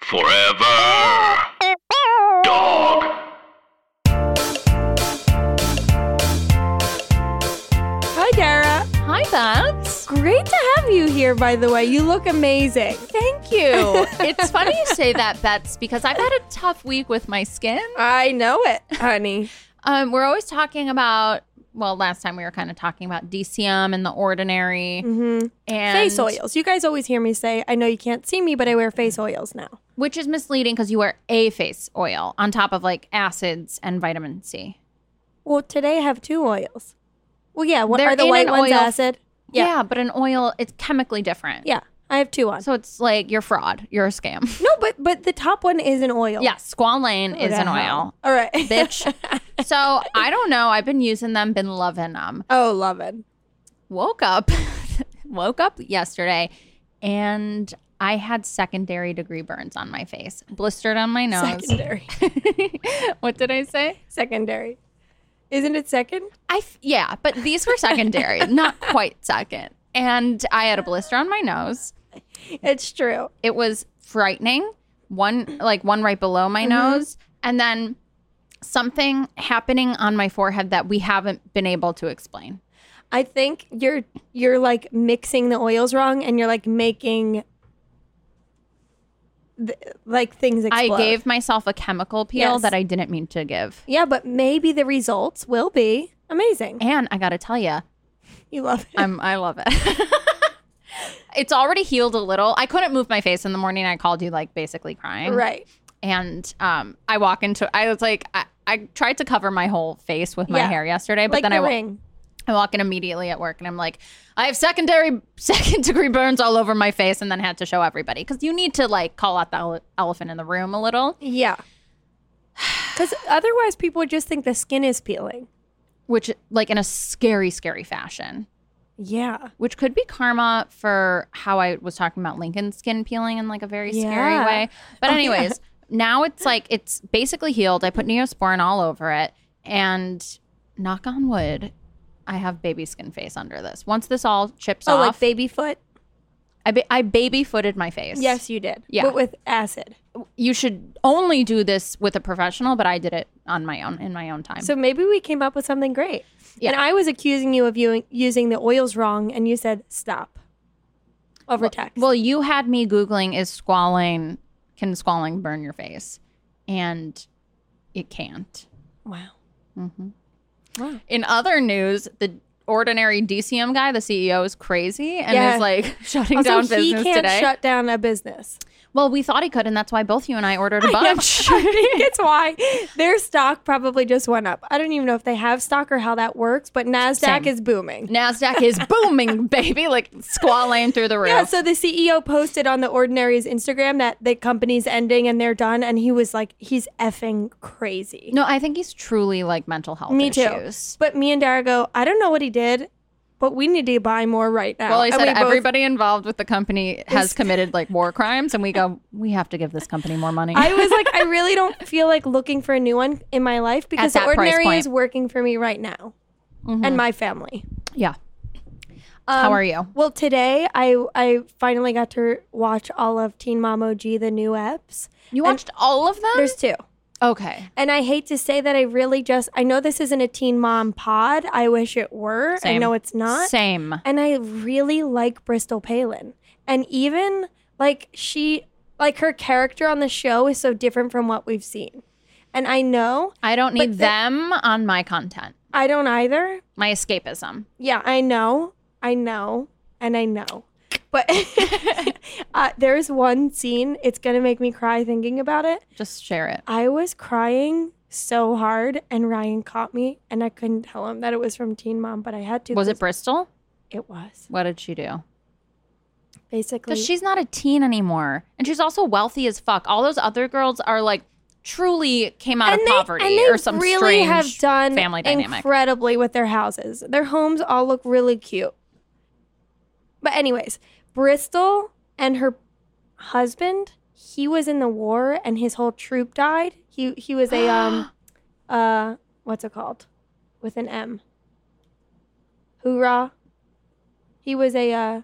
Forever. Dog. Hi, Dara. Hi, Babs. Great to have you here, by the way. You look amazing. Thank you. it's funny you say that, Bets, because I've had a tough week with my skin. I know it, honey. Um, we're always talking about, well, last time we were kind of talking about DCM and the ordinary Mm-hmm. and Face oils. You guys always hear me say, I know you can't see me, but I wear face oils now. which is misleading because you wear a face oil on top of like acids and vitamin C. Well, today I have two oils. Well, yeah. What They're are the in white an ones oil- acid? Yeah, but an oil, it's chemically different. Yeah. I have two on. So it's like you're fraud. You're a scam. no, but but the top one is an oil. yeah, squalane What is the an oil. hell? All right. Bitch. so I don't know. I've been using them, been loving them. oh, love it. woke up woke up yesterday and I had secondary degree burns on my face, blistered on my nose. Secondary. what did I say? Secondary. Isn't it second? I f- yeah, but these were secondary, not quite second. And I had a blister on my nose. It's true. It was frightening. One like one right below Mm-hmm. my nose and then something happening on my forehead that we haven't been able to explain. I think you're you're like mixing the oils wrong, and you're like making th- like things explode. I gave myself a chemical peel Yes. that I didn't mean to give. yeah, but maybe the results will be amazing. And I got to tell you, You love it. I'm, I love it. it's already healed a little. I couldn't move my face in the morning. I called you like basically crying. right? And um, I walk into, I was like, I, I tried to cover my whole face with my Yeah. hair yesterday, but like then the I, wa- ring. I walk in immediately at work and I'm like, I have secondary, second degree burns all over my face and then had to show everybody. Cause you need to like call out the ele- elephant in the room a little, Yeah. Because otherwise, people would just think the skin is peeling. which like in a scary, scary fashion. Yeah. which could be karma for how I was talking about Lincoln's skin peeling in like a very scary Yeah. way. But Oh, anyways, now it's like it's basically healed. I put Neosporin all over it and knock on wood, I have baby skin face under this. Once this all chips Oh, like off, baby foot. I, ba- I baby footed my face. Yes, you did. Yeah. But with acid. You should only do this with a professional, but I did it on my own in my own time. So maybe we came up with something great. Yeah. And I was accusing you of you using the oils wrong, and you said stop over text. Well, you had me googling is squalane can squalane burn your face, and it can't. wow. In other news, the ordinary DCM guy, the CEO, is crazy and Yeah. is like shutting Also, down he business can't today. shut down a business. well, we thought he could, and that's why both you and I ordered a bunch. I think it's why their stock probably just went up. I don't even know if they have stock or how that works, but Nasdaq Same. is booming. Nasdaq is booming, baby, like squalane through the roof. Yeah, so the CEO posted on the Ordinary's Instagram that the company's ending and they're done, and he was like, "He's effing crazy." no, I think he's truly like mental health Me too. issues. But me and Dara go, "I don't know what he did, but we need to buy more right now." Well, he And said we both- everybody involved with the company has committed like war crimes, and we go, we have to give this company more money. I was like, I really don't feel like looking for a new one in my life because the that price ordinary point. Mm-hmm. is working for me right now and my family. yeah. Um, How are you? Well, today I I finally got to watch all of Teen Mom OG, the new eps. You watched all of them? There's two. okay. And I hate to say that I really just I know this isn't a teen mom pod. I wish it were. I Same. know it's not. Same. And I really like Bristol Palin. And even like she like her character on the show is so different from what we've seen. And I know I don't need the- them on my content. I don't either. My escapism. Yeah, I know. I know. And I know. But uh, there's one scene, it's going to make me cry thinking about it. Just share it. I was crying so hard, and Ryan caught me, and I couldn't tell him that it was from Teen Mom, but I had to. Was 'cause it Bristol? It was. What did she do? basically. Because she's not a teen anymore. And she's also wealthy as fuck. All those other girls are like truly came out and of they, poverty and they or some really strange have done family dynamic. incredibly with their houses. Their homes all look really cute. But anyways, Bristol and her husband, he was in the war and his whole troop died. He he was a um uh what's it called? With an M. Hoorah. He was a uh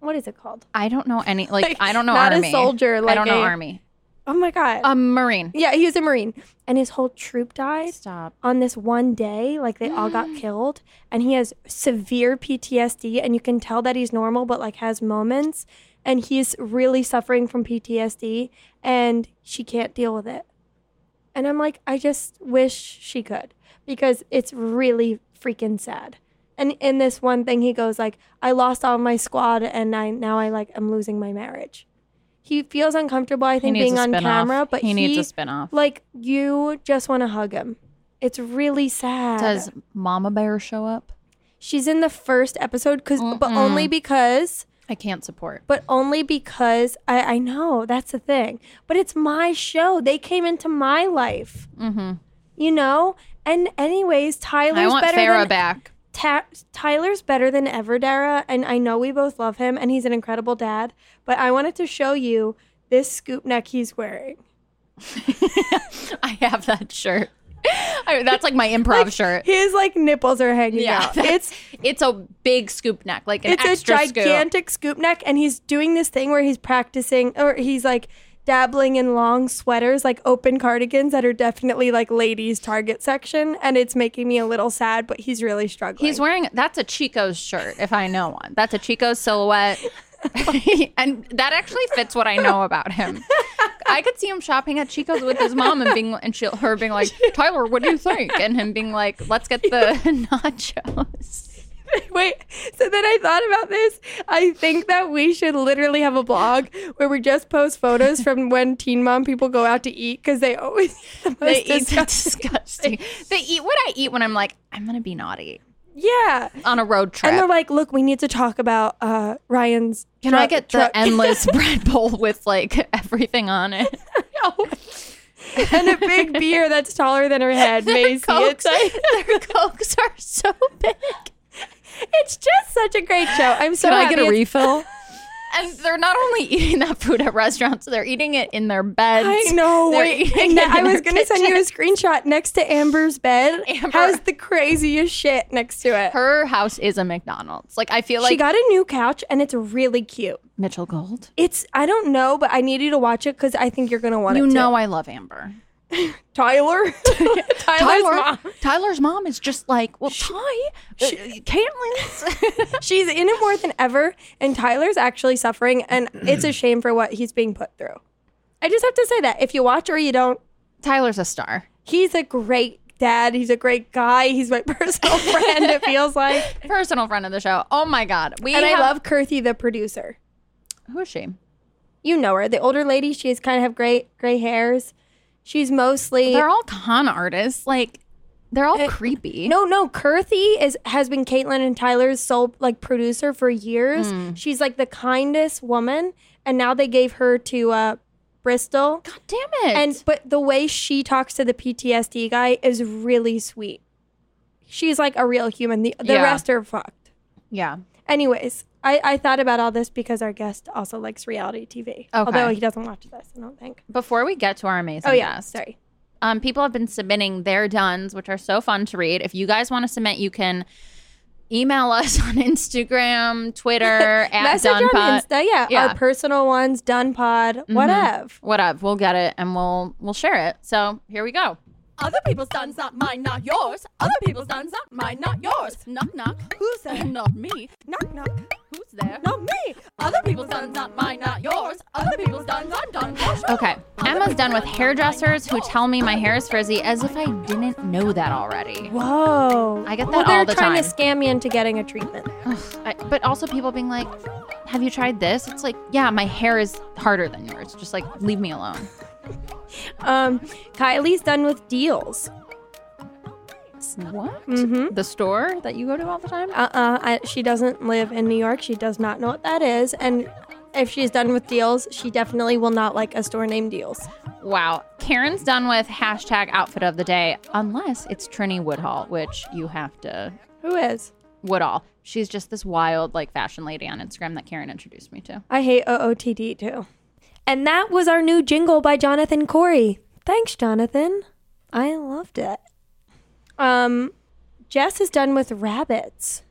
what is it called? I don't know any like, I don't know not army. a soldier like I don't know a- army. Oh my god. A marine. yeah, he was a marine and his whole troop died Stop. on this one day, like they all got killed, and he has severe PTSD, and you can tell that he's normal, but like has moments, and he's really suffering from PTSD, and she can't deal with it. And I'm like, I just wish she could because it's really freaking sad. And in this one thing, he goes like, I lost all my squad, and I now I like am losing my marriage. He feels uncomfortable, I He think, needs being a on spinoff. camera, but he, he needs a spinoff. like you just want to hug him. It's really sad. Does Mama Bear show up? She's in the first episode because, but only because, I can't support. but only because I, I know that's the thing. But it's my show. They came into my life, Mm-hmm. you know. And anyways, Tyler's I want better Farah than back. Ta- Tyler's better than ever, Dara, and I know we both love him, and he's an incredible dad. But I wanted to show you this scoop neck he's wearing. I have that shirt. I- that's like my improv shirt. His like nipples are hanging Yeah, out. that's- It's It's a big scoop neck, like an it's a extra scoop. gigantic scoop neck and he's doing this thing where he's practicing or he's like dabbling in long sweaters like open cardigans that are definitely like ladies target section and it's making me a little sad but he's really struggling He's wearing that's a Chico's shirt, if I know one. That's a Chico's silhouette. and that actually fits what I know about him. I could see him shopping at Chico's with his mom and being and she, her being like, Tyler, what do you think? And him being like, let's get the nachos. wait so then i thought about this i think that we should literally have a blog where we just post photos from when teen mom people go out to eat because they always They eat the disgusting. They eat what I eat when I'm like, I'm gonna be naughty yeah on a road trip. and they're like look we need to talk about uh ryan's Can truck- I get the truck- endless bread bowl with like everything on it? and a big beer that's taller than her head, Macy. Cokes, It's, their cokes are so big. it's just such a great show. I'm so Can I happy get a it's- refill? And they're not only eating that food at restaurants, they're eating it in their beds. I know. They're Wait, and eating it I in was their gonna send you a kitchen. screenshot next to Amber's bed. Amber. Has the craziest shit next to it. Her house is a McDonald's. Like I feel she like got a new couch and it's really cute. Mitchell Gold. It's I don't know, but I need you to watch it because I think you're gonna want You it. know too. I love Amber. Tyler. Tyler's Tyler, mom. Tyler's mom is just like, well, Ty, uh, she, Caitlin's. She's in it more than ever, and Tyler's actually suffering, and it's a shame for what he's being put through. I just have to say that if you watch or you don't, Tyler's a star. he's a great dad. He's a great guy. He's my personal friend. It feels like, Personal friend of the show. Oh my God. We and I have- love Kirthy, the producer. Who is she? You know her, the older lady. She's kind of have great gray hairs. She's mostly They're all con artists. Like, they're all Uh, creepy. no, no. Kirthy is has been Caitlyn and Tyler's sole like producer for years. Hmm. She's like the kindest woman, and now they gave her to uh, Bristol. God damn it. and but the way she talks to the PTSD guy is really sweet. She's like a real human. The, the Yeah. rest are fucked. yeah. Anyways, I, I thought about all this because our guest also likes reality TV. Although he doesn't watch this, I don't think. Before we get to our amazing Oh yeah, guest, sorry. um, people have been submitting their duns, which are so fun to read. If you guys want to submit, you can email us on Instagram, Twitter, at Message on dunpod. Insta, yeah, Yeah. Mm-hmm. Our personal ones, Dunpod, What whatever. What up? We'll get it and we'll we'll share it. So here we go. Other people's duns, not mine, not yours. Other people's duns, not mine, not yours. Knock, knock. Who's there? Not me. Knock knock. Who's there? Not me. Other people's duns, not mine, not yours. Other people's duns, I'm done. for sure. Okay, Emma's done with hairdressers who tell me my hair is frizzy as if I didn't know that already. Whoa. I get well, that they're all the trying time. to scam me into getting a treatment. Ugh, I, but also people being like, "Have you tried this?" It's like, yeah, my hair is harder than yours. Just like leave me alone. Um, Kylie's done with deals. Yes. What? Mm-hmm. The store that you go to all the time? Uh-uh. I, she doesn't live in New York. She does not know what that is. And if she's done with deals, she definitely will not like a store named Deals. Wow. Karen's done with hashtag outfit of the day, unless it's Trini Woodhall, which you have to Who is? Woodall. She's just this wild, like, fashion lady on Instagram that Karen introduced me to. I hate OOTD too. And that was our new jingle by Jonathan Corey. Thanks, Jonathan. I loved it. Um, Jess is done with rabbits.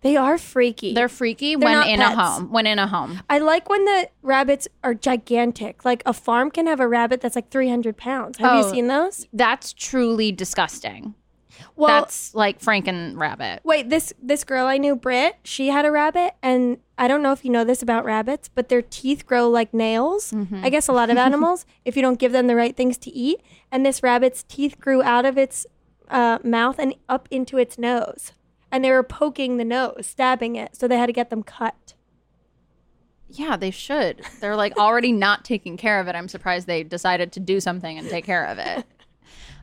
They are freaky. They're freaky They're when not in pets. a home. When in a home. I like when the rabbits are gigantic. Like a farm can have a rabbit that's like 300 pounds. Have Oh. you seen those? That's truly disgusting. Well, That's like Franken Rabbit. Wait, this this girl I knew, Brit, she had a rabbit, and I don't know if you know this about rabbits, but their teeth grow like nails. Mm-hmm. I guess a lot of animals, if you don't give them the right things to eat. And this rabbit's teeth grew out of its uh, mouth and up into its nose, and they were poking the nose, stabbing it, so they had to get them cut. Yeah, they should. They're like already not taking care of it. I'm surprised they decided to do something and take care of it.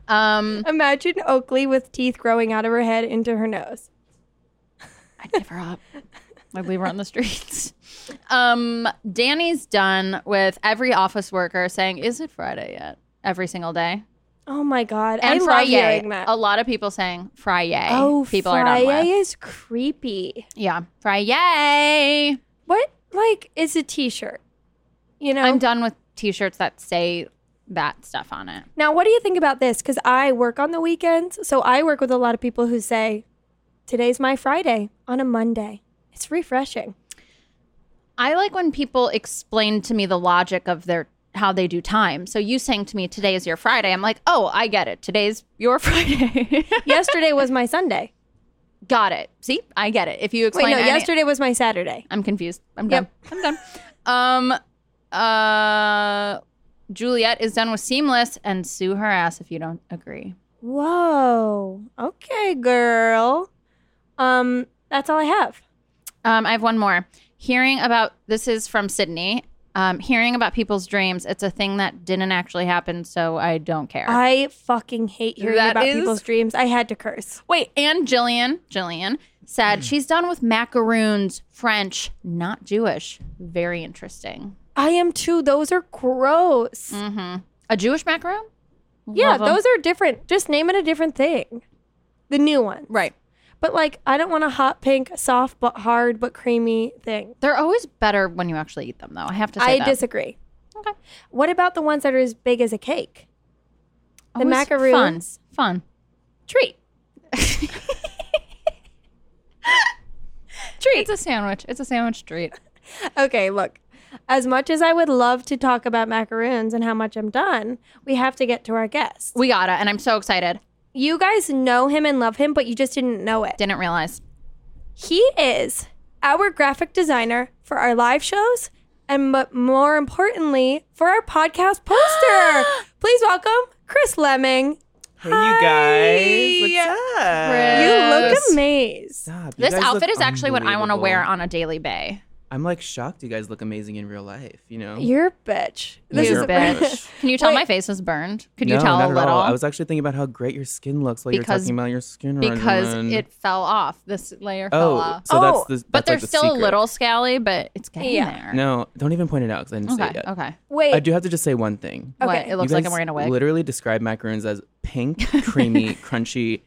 Um, Imagine Oakley with teeth growing out of her head into her nose. I'd give her up. I'd leave her on the streets. Um, Danny's done with every office worker saying, "Is it Friday yet?" Every single day. Oh my god, And I love Friday, hearing that. a lot of people saying Friday. oh, people Friday are done with. is creepy. Yeah, Friday. What like is a t-shirt? You know, I'm done with t-shirts that say that stuff on it. now what do you think about this? Because I work on the weekends, so I work with a lot of people who say, "Today's my Friday" on a Monday. It's refreshing. I like when people explain to me the logic of their how they do time. So you saying to me today is your Friday, I'm like, oh, I get it. Today's your Friday. Yesterday was my Sunday. Got it. See, I get it. If you Wait, explain, no, any- yesterday was my Saturday. I'm confused. I'm done. Yep. I'm done. Um, uh, Juliet is done with seamless and sue her ass if you don't agree. Whoa. Okay, girl. Um, that's all I have. Um, I have one more. Hearing about this is from Sydney. Um, hearing about people's dreams, it's a thing that didn't actually happen, so I don't care. I fucking hate hearing That about is- people's dreams. I had to curse. Wait, and Jillian, Jillian said she's done with macaroons, French, not Jewish. Very interesting. I am too. Those are gross. Mm-hmm. A Jewish macaroon? Yeah, Love 'em. those are different. Just name it a different thing. The new one. Right. But like, I don't want a hot pink, soft but hard but creamy thing. They're always better when you actually eat them, though. I have to say I that. disagree. Okay. What about the ones that are as big as a cake? The Always macaroons. Fun. Treat. Fun. treat. It's a sandwich. It's a sandwich treat. Okay, look. As much as I would love to talk about macaroons and how much I'm done, we have to get to our guest. We got it, and I'm so excited. You guys know him and love him, but you just didn't know it. Didn't realize. He is our graphic designer for our live shows and but more importantly for our podcast poster. Please welcome Chris Lemming. Hey, you guys. What's up? Chris. You look Yes. amazed. Stop. You This guys look outfit is actually what I want to unbelievable. wear on a daily bay. I'm like shocked you guys look amazing in real life, you know? You're a bitch. This you is bitch. Can you tell Wait. my face is burned? Could no, you tell not a at little? all. I was actually thinking about how great your skin looks while Because- you were talking about your skin because regimen. it fell off. This layer fell Oh, off. so Oh, that's the that's but like there's the still a secret. little scaly, but it's getting Yeah. there. No, don't even point it out because I didn't say Okay. it yet. Okay. Wait. I do have to just say one thing. What? Okay. It You looks like guys I'm wearing a wig. Literally describe macaroons as pink, creamy, crunchy.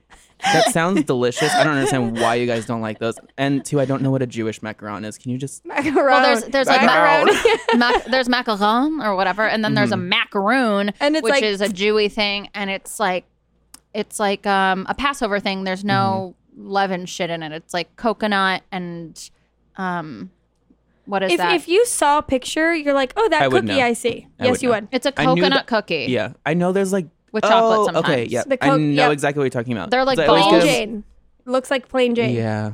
That sounds delicious. I don't understand why you guys don't like those. And two, I don't know what a Jewish macaron is. Can you just Macaron. well, there's there's like Macaron. macaron, mac- there's macaron or whatever, and then there's Mm-hmm. a macaroon, And it's which like- is a Jewy thing, and it's like it's like um, a Passover thing. There's no Mm-hmm. leaven shit in it. It's like coconut and um, what is if, that? if you saw a picture, you're like, oh, that I would cookie know. I see. I yes, would you know. would. it's a I knew coconut that- cookie. Yeah, I know. There's like With chocolate Oh, okay, sometimes. yeah. The I Coke- know yep. exactly what you're talking about. They're like 'Cause I always Plain balls. get- Jane. Looks like plain Jane. Yeah.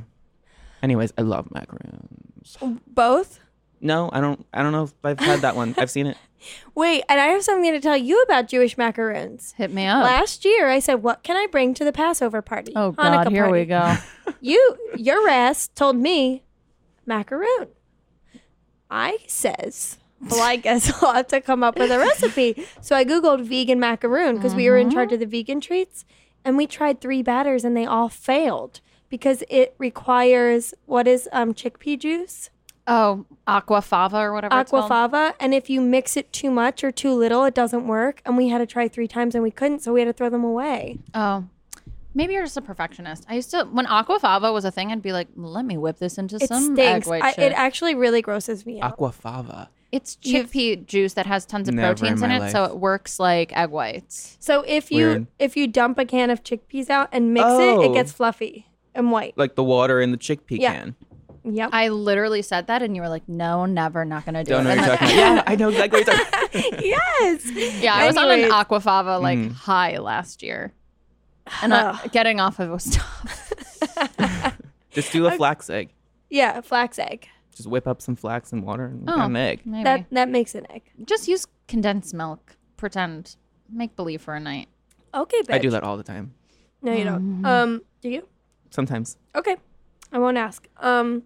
Anyways, I love macaroons. Both. No, I don't. I don't know if I've had that one. I've seen it. Wait, and I have something to tell you about Jewish macaroons. Hit me up. Last year, I said, "What can I bring to the Passover party?" Oh God, Hanukkah here party? we go. You, your ass told me macaroon. I says, well, I guess I'll have to come up with a recipe. So I Googled vegan macaroon because we were in charge of the vegan treats. and we tried three batters and they all failed because it requires what is um, chickpea juice, Oh, aquafava or whatever. it's called. aquafaba, and if you mix it too much or too little, it doesn't work. And we had to try three times and we couldn't, so we had to throw them away. Oh. Maybe you're just a perfectionist. I used to when aquafaba was a thing, I'd be like, "Let me whip this into It some egg stinks. white I, shit." it actually really grosses me out. Aquafava. it's You've- chickpea juice that has tons of Never in proteins in, my it, so life. it works like egg whites. So if you Weird. if you dump a can of chickpeas out and mix it, it Oh. gets fluffy and white. Like the water in the chickpea Yeah. can. Yep. I literally said that, and you were like, "No, never, not gonna do Don't know it." what you're talking about. Yeah, I know exactly what you're talking about. yes. yeah, I was on an Anyways. aquafaba like Mm-hmm. high last year, and I, getting off of it was tough. Just do a flax egg. Yeah, flax egg. Just whip up some flax and water and Oh. got an egg. Maybe That that makes an egg. just use condensed milk, pretend, make believe for a night. Okay, bitch. I do that all the time. No, you Mm-hmm. don't. Um, do you? Sometimes. Okay. I won't ask. Um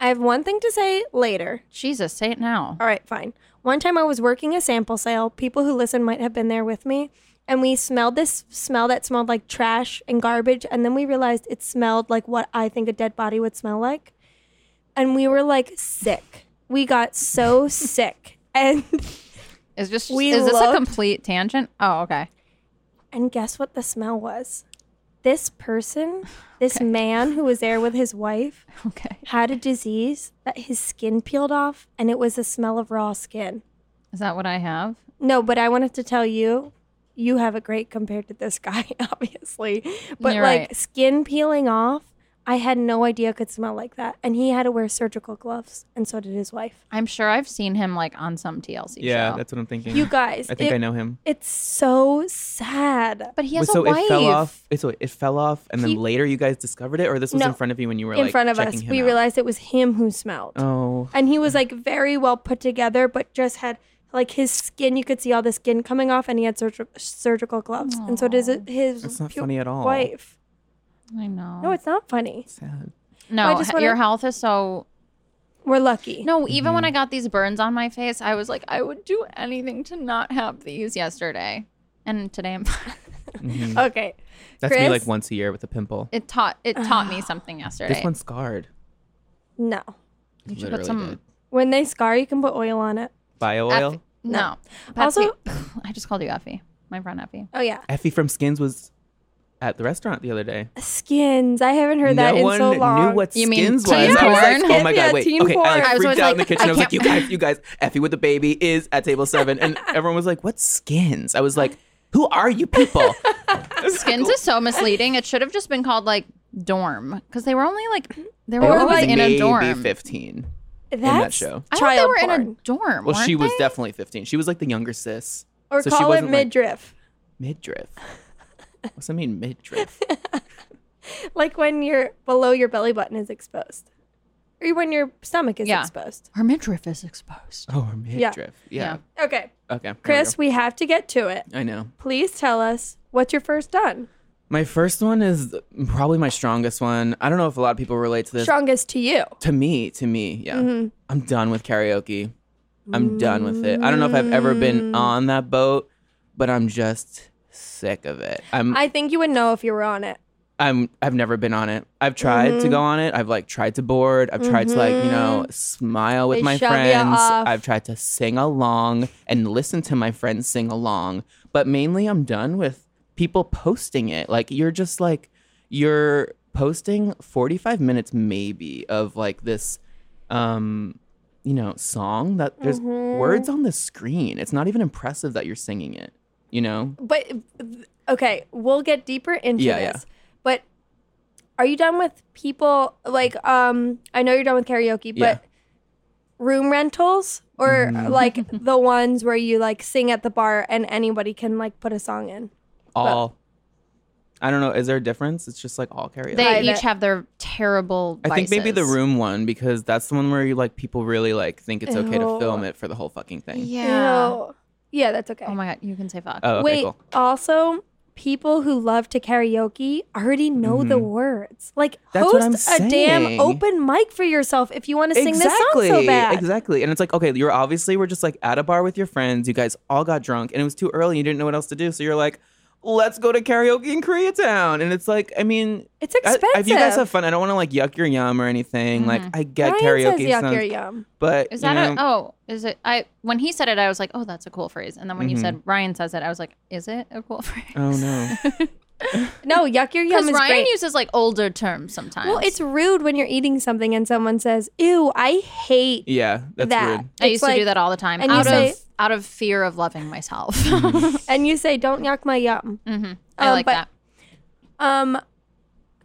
I have one thing to say later. Jesus, say it now. All right, fine. One time I was working a sample sale. People who listen might have been there with me. And we smelled this smell that smelled like trash and garbage. And then we realized it smelled like what I think a dead body would smell like. And we were like sick. We got so sick. And Is just We is this a looked- complete tangent? Oh, okay. and guess what the smell was? This person, this man who was there with his wife, Okay. had a disease that his skin peeled off and it was the smell of raw skin. Is that what I have? No, but I wanted to tell you, you have it great compared to this guy, obviously. But You're like right. skin peeling off, I had no idea it could smell like that. And he had to wear surgical gloves, and so did his wife. I'm sure I've seen him like on some TLC Yeah, show. that's what I'm thinking. You guys, I think it- I know him. It's so sad. but he has Wait, so a wife. it fell off. wait, So it fell off, and then He- later you guys discovered it, or this was No, in front of you when you were In like front of checking us, him we out? realized it was him who smelled. Oh, and he was like very well put together, but just had like his skin. You could see all the skin coming off, and he had surg- surgical gloves. And so does it- his That's not pu- funny at all. wife. I know. No, it's not funny. sad. no, I just h- wanna- your health is so We're lucky. No, even Mm-hmm. when I got these burns on my face, I was like, I would do anything to not have these yesterday. And today I'm Okay. That's me like Chris? once a year with a pimple. it taught it taught me something yesterday. This one's scarred. No. You should Literally put some did. When they scar, you can put oil on it. Bio Eff- oil. No. Also- Effie- I just called you Effie. My friend Effie. Oh yeah, Effie from Skins was at the restaurant the other day. skins. I haven't heard that no in one so long. knew what You mean skins teen was. I was like, porn? oh my Yeah, god, wait. teen Okay, porn. I I was freaked always out in the like, kitchen. I I was like, you can't- guys, you guys, Effie with the baby is at table seven, and everyone was like, what skins? I was like, who are you people? Skins is so misleading. It should have just been called like dorm because they were only like they They were were always like in maybe a dorm. fifteen. That's show. I thought Child they were porn. in a dorm. Well, she weren't was they? definitely fifteen. She was like the younger sis, or so she call it wasn't, like- midriff. midriff. What's that mean, midriff? Like, when your below your belly button is exposed, or when your stomach is Yeah. exposed. her midriff is exposed. Oh, or midriff. Yeah. Okay, Okay. here we Chris, we have to get to it. go. I know. Please tell us what's your first done. My first one is probably my strongest one. I don't know if a lot of people relate to this. Um, Strongest to you. to me, to me, yeah. I'm done with karaoke. I'm done with it. I don't know if I've ever been on that boat, but I'm just sick of it. I'm I think you would know if you were on it. I'm I've never been on it. I've tried to Mm-hmm. go on it. I've like tried to board. I've tried to like, you know, smile with They my shove ya friends. off. I've tried to sing along and listen to my friends sing along. But mainly I'm done with people posting it. Like you're just like you're posting 45 minutes maybe of like this um you know, song that there's Mm-hmm. words on the screen. It's not even impressive that you're singing it, you know? But okay, we'll get deeper into Yeah, yeah. this. But are you done with people like um I know you're done with karaoke, but Yeah. Mm. room rentals or like the ones where you like sing at the bar and anybody can like put a song in? all. I don't know. Is there a difference? It's just like all karaoke. They Private. each have their terrible. I think maybe the vices. room one because that's the one where you like people really like think it's okay to film it for the whole fucking thing. Yeah. Ew. Yeah, that's okay. Oh my god, you can say fuck. Oh, okay, Wait, cool. also people who love to karaoke already know the words. Like Mm-hmm. That's host what I'm a damn saying. open mic for yourself if you want to sing this song so bad. Exactly. And it's like, okay, you're obviously we're just like at a bar with your friends. You guys all got drunk and it was too early. You didn't know what else to do. So you're like, let's go to karaoke in Koreatown. And it's like, I mean, It's I- expensive. Mm-hmm. if you guys uh, have fun, I don't want to like yuck your yum or anything. Like, I get Ryan says karaoke yuck sounds- your yum. but Is you that know, a oh? Is it I? When he said it, I was like, oh, that's a cool phrase. And then when Mhm. you said Ryan says it, I was like, is it a cool phrase? oh no, No, yuck your yum Because is Ryan great. uses like older terms sometimes. well, it's rude when you're eating something and someone says, "Ew, I hate yeah, that's that." rude. I It's used to like- do that all the time and you out of say- out of fear of loving myself. Mm-hmm. And you say, "Don't yuck my yum." I Um, like but- that. Um,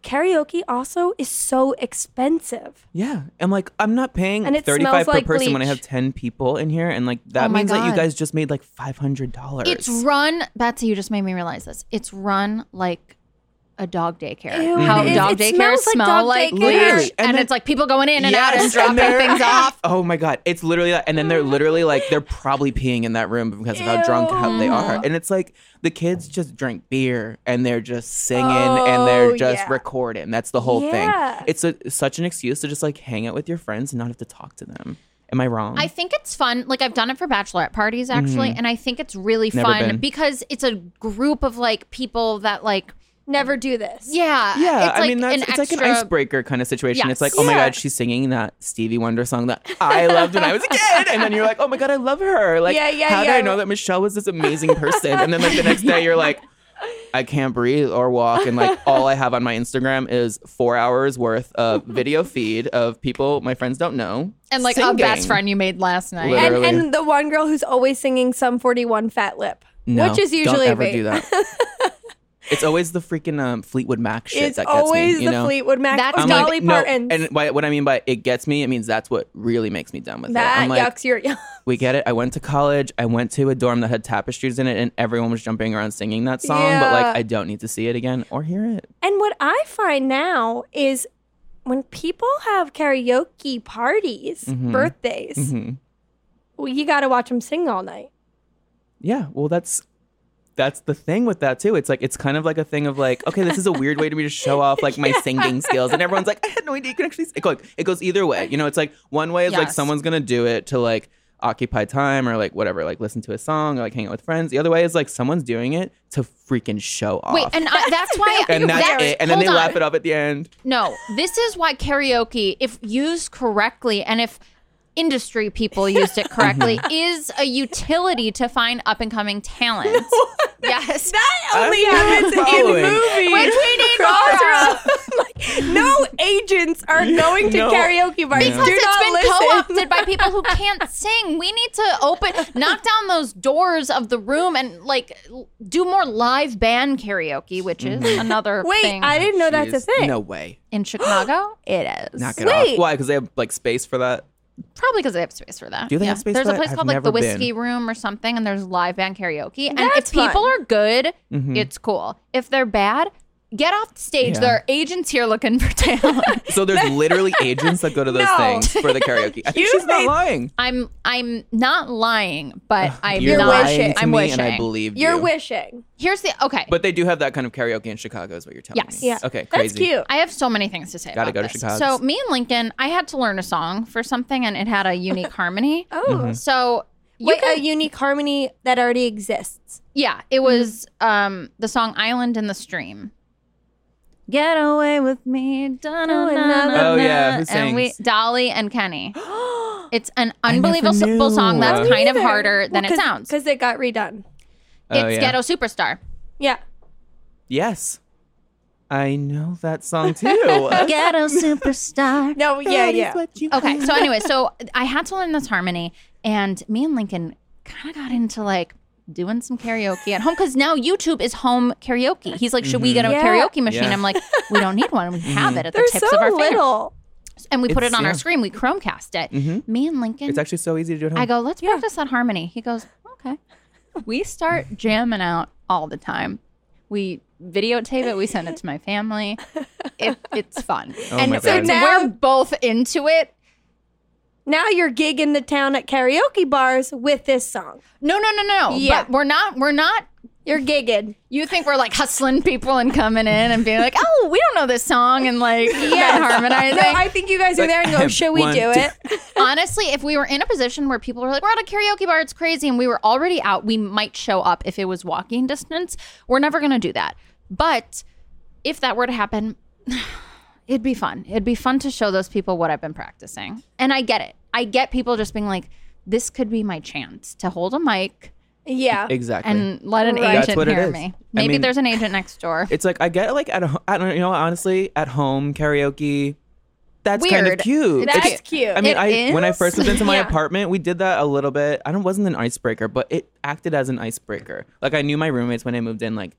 karaoke also is so expensive. Yeah, and like I'm not paying And it 35 smells per like person when I have bleach. 10 people in here, and like that Oh my means that you God. guys just made like 500 dollars. It's run, Betsy. You just made me realize this. It's run like a dog daycare. Ew, How it is. dog It daycares smells like smell dog like daycare. Literally. bleach, And and, then- it's like people going in and out and Yes, dropping they're- things off. Oh my god, it's literally that, and then they're literally like they're probably peeing in that room because of how drunk how they are, and it's like the kids just drink beer and they're just singing and Oh, they're just yeah. recording. That's the whole Yeah. thing. It's a, such an excuse to just like hang out with your friends and not have to talk to them. Am I wrong? I think it's fun. Like I've done it for bachelorette parties actually, and I think it's really Mm-hmm. Never fun been. because it's a group of like people that like Never do this. yeah yeah, It's I like mean that's an it's extra, like an icebreaker kind of situation. It's like, Yes. oh my Yeah. god, she's singing that Stevie Wonder song that I loved when I was a kid, and then you're like, oh my god, I love her. Like, Yeah, yeah, how yeah. did I know that Michelle was this amazing person? And then like the next day, you're like. I can't breathe or walk, and like all I have on my Instagram is four hours worth of video feed of people my friends don't know, and like a singing. best friend you made last night. Literally. And, and the one girl who's always singing some 41 fat lip, No, which is usually don't ever me. do that. it's always the freaking um, Fleetwood Mac shit It's that gets always me. you the know? Fleetwood Mac That's or I'm Dolly no, Parton. and why, what I mean by it gets me, it means that's what really makes me done with it. that I'm like, yucks your yum. we get it. I went to college. I went to a dorm that had tapestries in it, and everyone was jumping around singing that song. But Yeah. like, I don't need to see it again or hear it. And what I find now is when people have karaoke parties, Mm-hmm. birthdays, Mhm. well, you got to watch them sing all night. Yeah. Well, that's that's the thing with that too. It's like it's kind of like a thing of like, okay, this is a weird way to me to show off like my singing skills, and everyone's like, I had no idea you can actually. Sing. It, go- it goes either way. You know, it's like one way is like Yes. someone's gonna do it to like occupy time or like whatever, like listen to a song or like hang out with friends. The other way is like someone's doing it to freaking show off. Wait, and I, that's why. and that's that- it. And then hold they on. laugh it up at the end. No, this is why karaoke, if used correctly and if industry people used it correctly, Mm-hmm. is a utility to find up and coming talent. yes. Only I'm happens in following. movies. Which we need Girls more are of. all- like, no agents are going to No. karaoke parties. because Do it's not been listen. co-opted by people who can't sing. We need to open, knock down those doors of the room, and like l- do more live band karaoke, which is another Mm-hmm. Wait, thing I didn't know that's Jeez, a thing. No way. in Chicago. it is Knock it Wait. off. Why? Because they have like space for that. probably because they have space for that. Do they have space There's for a that? place I've called like the never been. Whiskey Room or something, and there's live band karaoke. And That's if people fun. are good, it's cool. If they're bad. Get off the stage. Mm-hmm. Yeah. There are agents here looking for talent. So there's literally agents that go to those No. things for the karaoke. I think You she's not made- lying. I'm I'm not lying, but I'm You're not. lying to I'm me, wishing. and I believe You're you. wishing. Here's the okay. But they do have that kind of karaoke in Chicago, is what you're telling Yes. me. Yeah. Okay. That's Crazy. cute. I have so many things to say Gotta about go to this. Chicago's. So me and Lincoln, I had to learn a song for something, and it had a unique harmony. Oh, Mm-hmm. So you wait, can- a unique harmony that already exists. yeah, it was um, the song "Island in the Stream." Get away with me, Oh, yeah, who and we sings? Dolly and Kenny. It's an never unbelievable knew. song that's Me kind of harder than it sounds. It's because it got redone. Oh, yeah. Ghetto Superstar. Yeah. Yes. I know that song too. Ghetto Superstar. No. Yeah. Yeah. Okay. So anyway, so I had to learn this harmony, and me and Lincoln kind of got into like doing some karaoke at home because now YouTube is home karaoke. He's like, "Should we get a Yeah. karaoke machine?" Mm-hmm. Yeah. I'm like, "We don't need one. We have it at They're the tips so of our fingers." little. And we put It's- it on yeah. Mm-hmm. our screen. We Chromecast it. Me and Lincoln. it's actually so easy to do at home. I go, "Let's practice that harmony." He goes, "Okay." We start jamming out all the time. We videotape it. We send it to my family. It, it's fun, Oh and my so God. now- we're both into it. Now you're gigging the town at karaoke bars with this song. No, no, no, no. Yeah. But we're not we're not You're gigging. You think we're like hustling people and coming in and being like, "Oh, we don't know this song," and like yeah, harmonizing. No, I think you guys are there and go, should we one, do two." it? Honestly, if we were in a position where people were like, "We're at a karaoke bar, it's crazy," and we were already out, we might show up if it was walking distance. We're never going to do that. But if that were to happen, it'd be fun. It'd be fun to show those people what I've been practicing. And I get it. I get people just being like, "This could be my chance to hold a mic Yeah. Exactly. and let an Right. That's agent what it hear is. me." I Maybe mean- there's an agent next door. it's like I get like at ho- I don't you know honestly at home karaoke. That's kind of Weird. cute. That's It's- cute. I mean, It I when I is? first moved into my Yeah. apartment, we did that a little bit. I don't wasn't an icebreaker, but it acted as an icebreaker. Like I knew my roommates when I moved in, like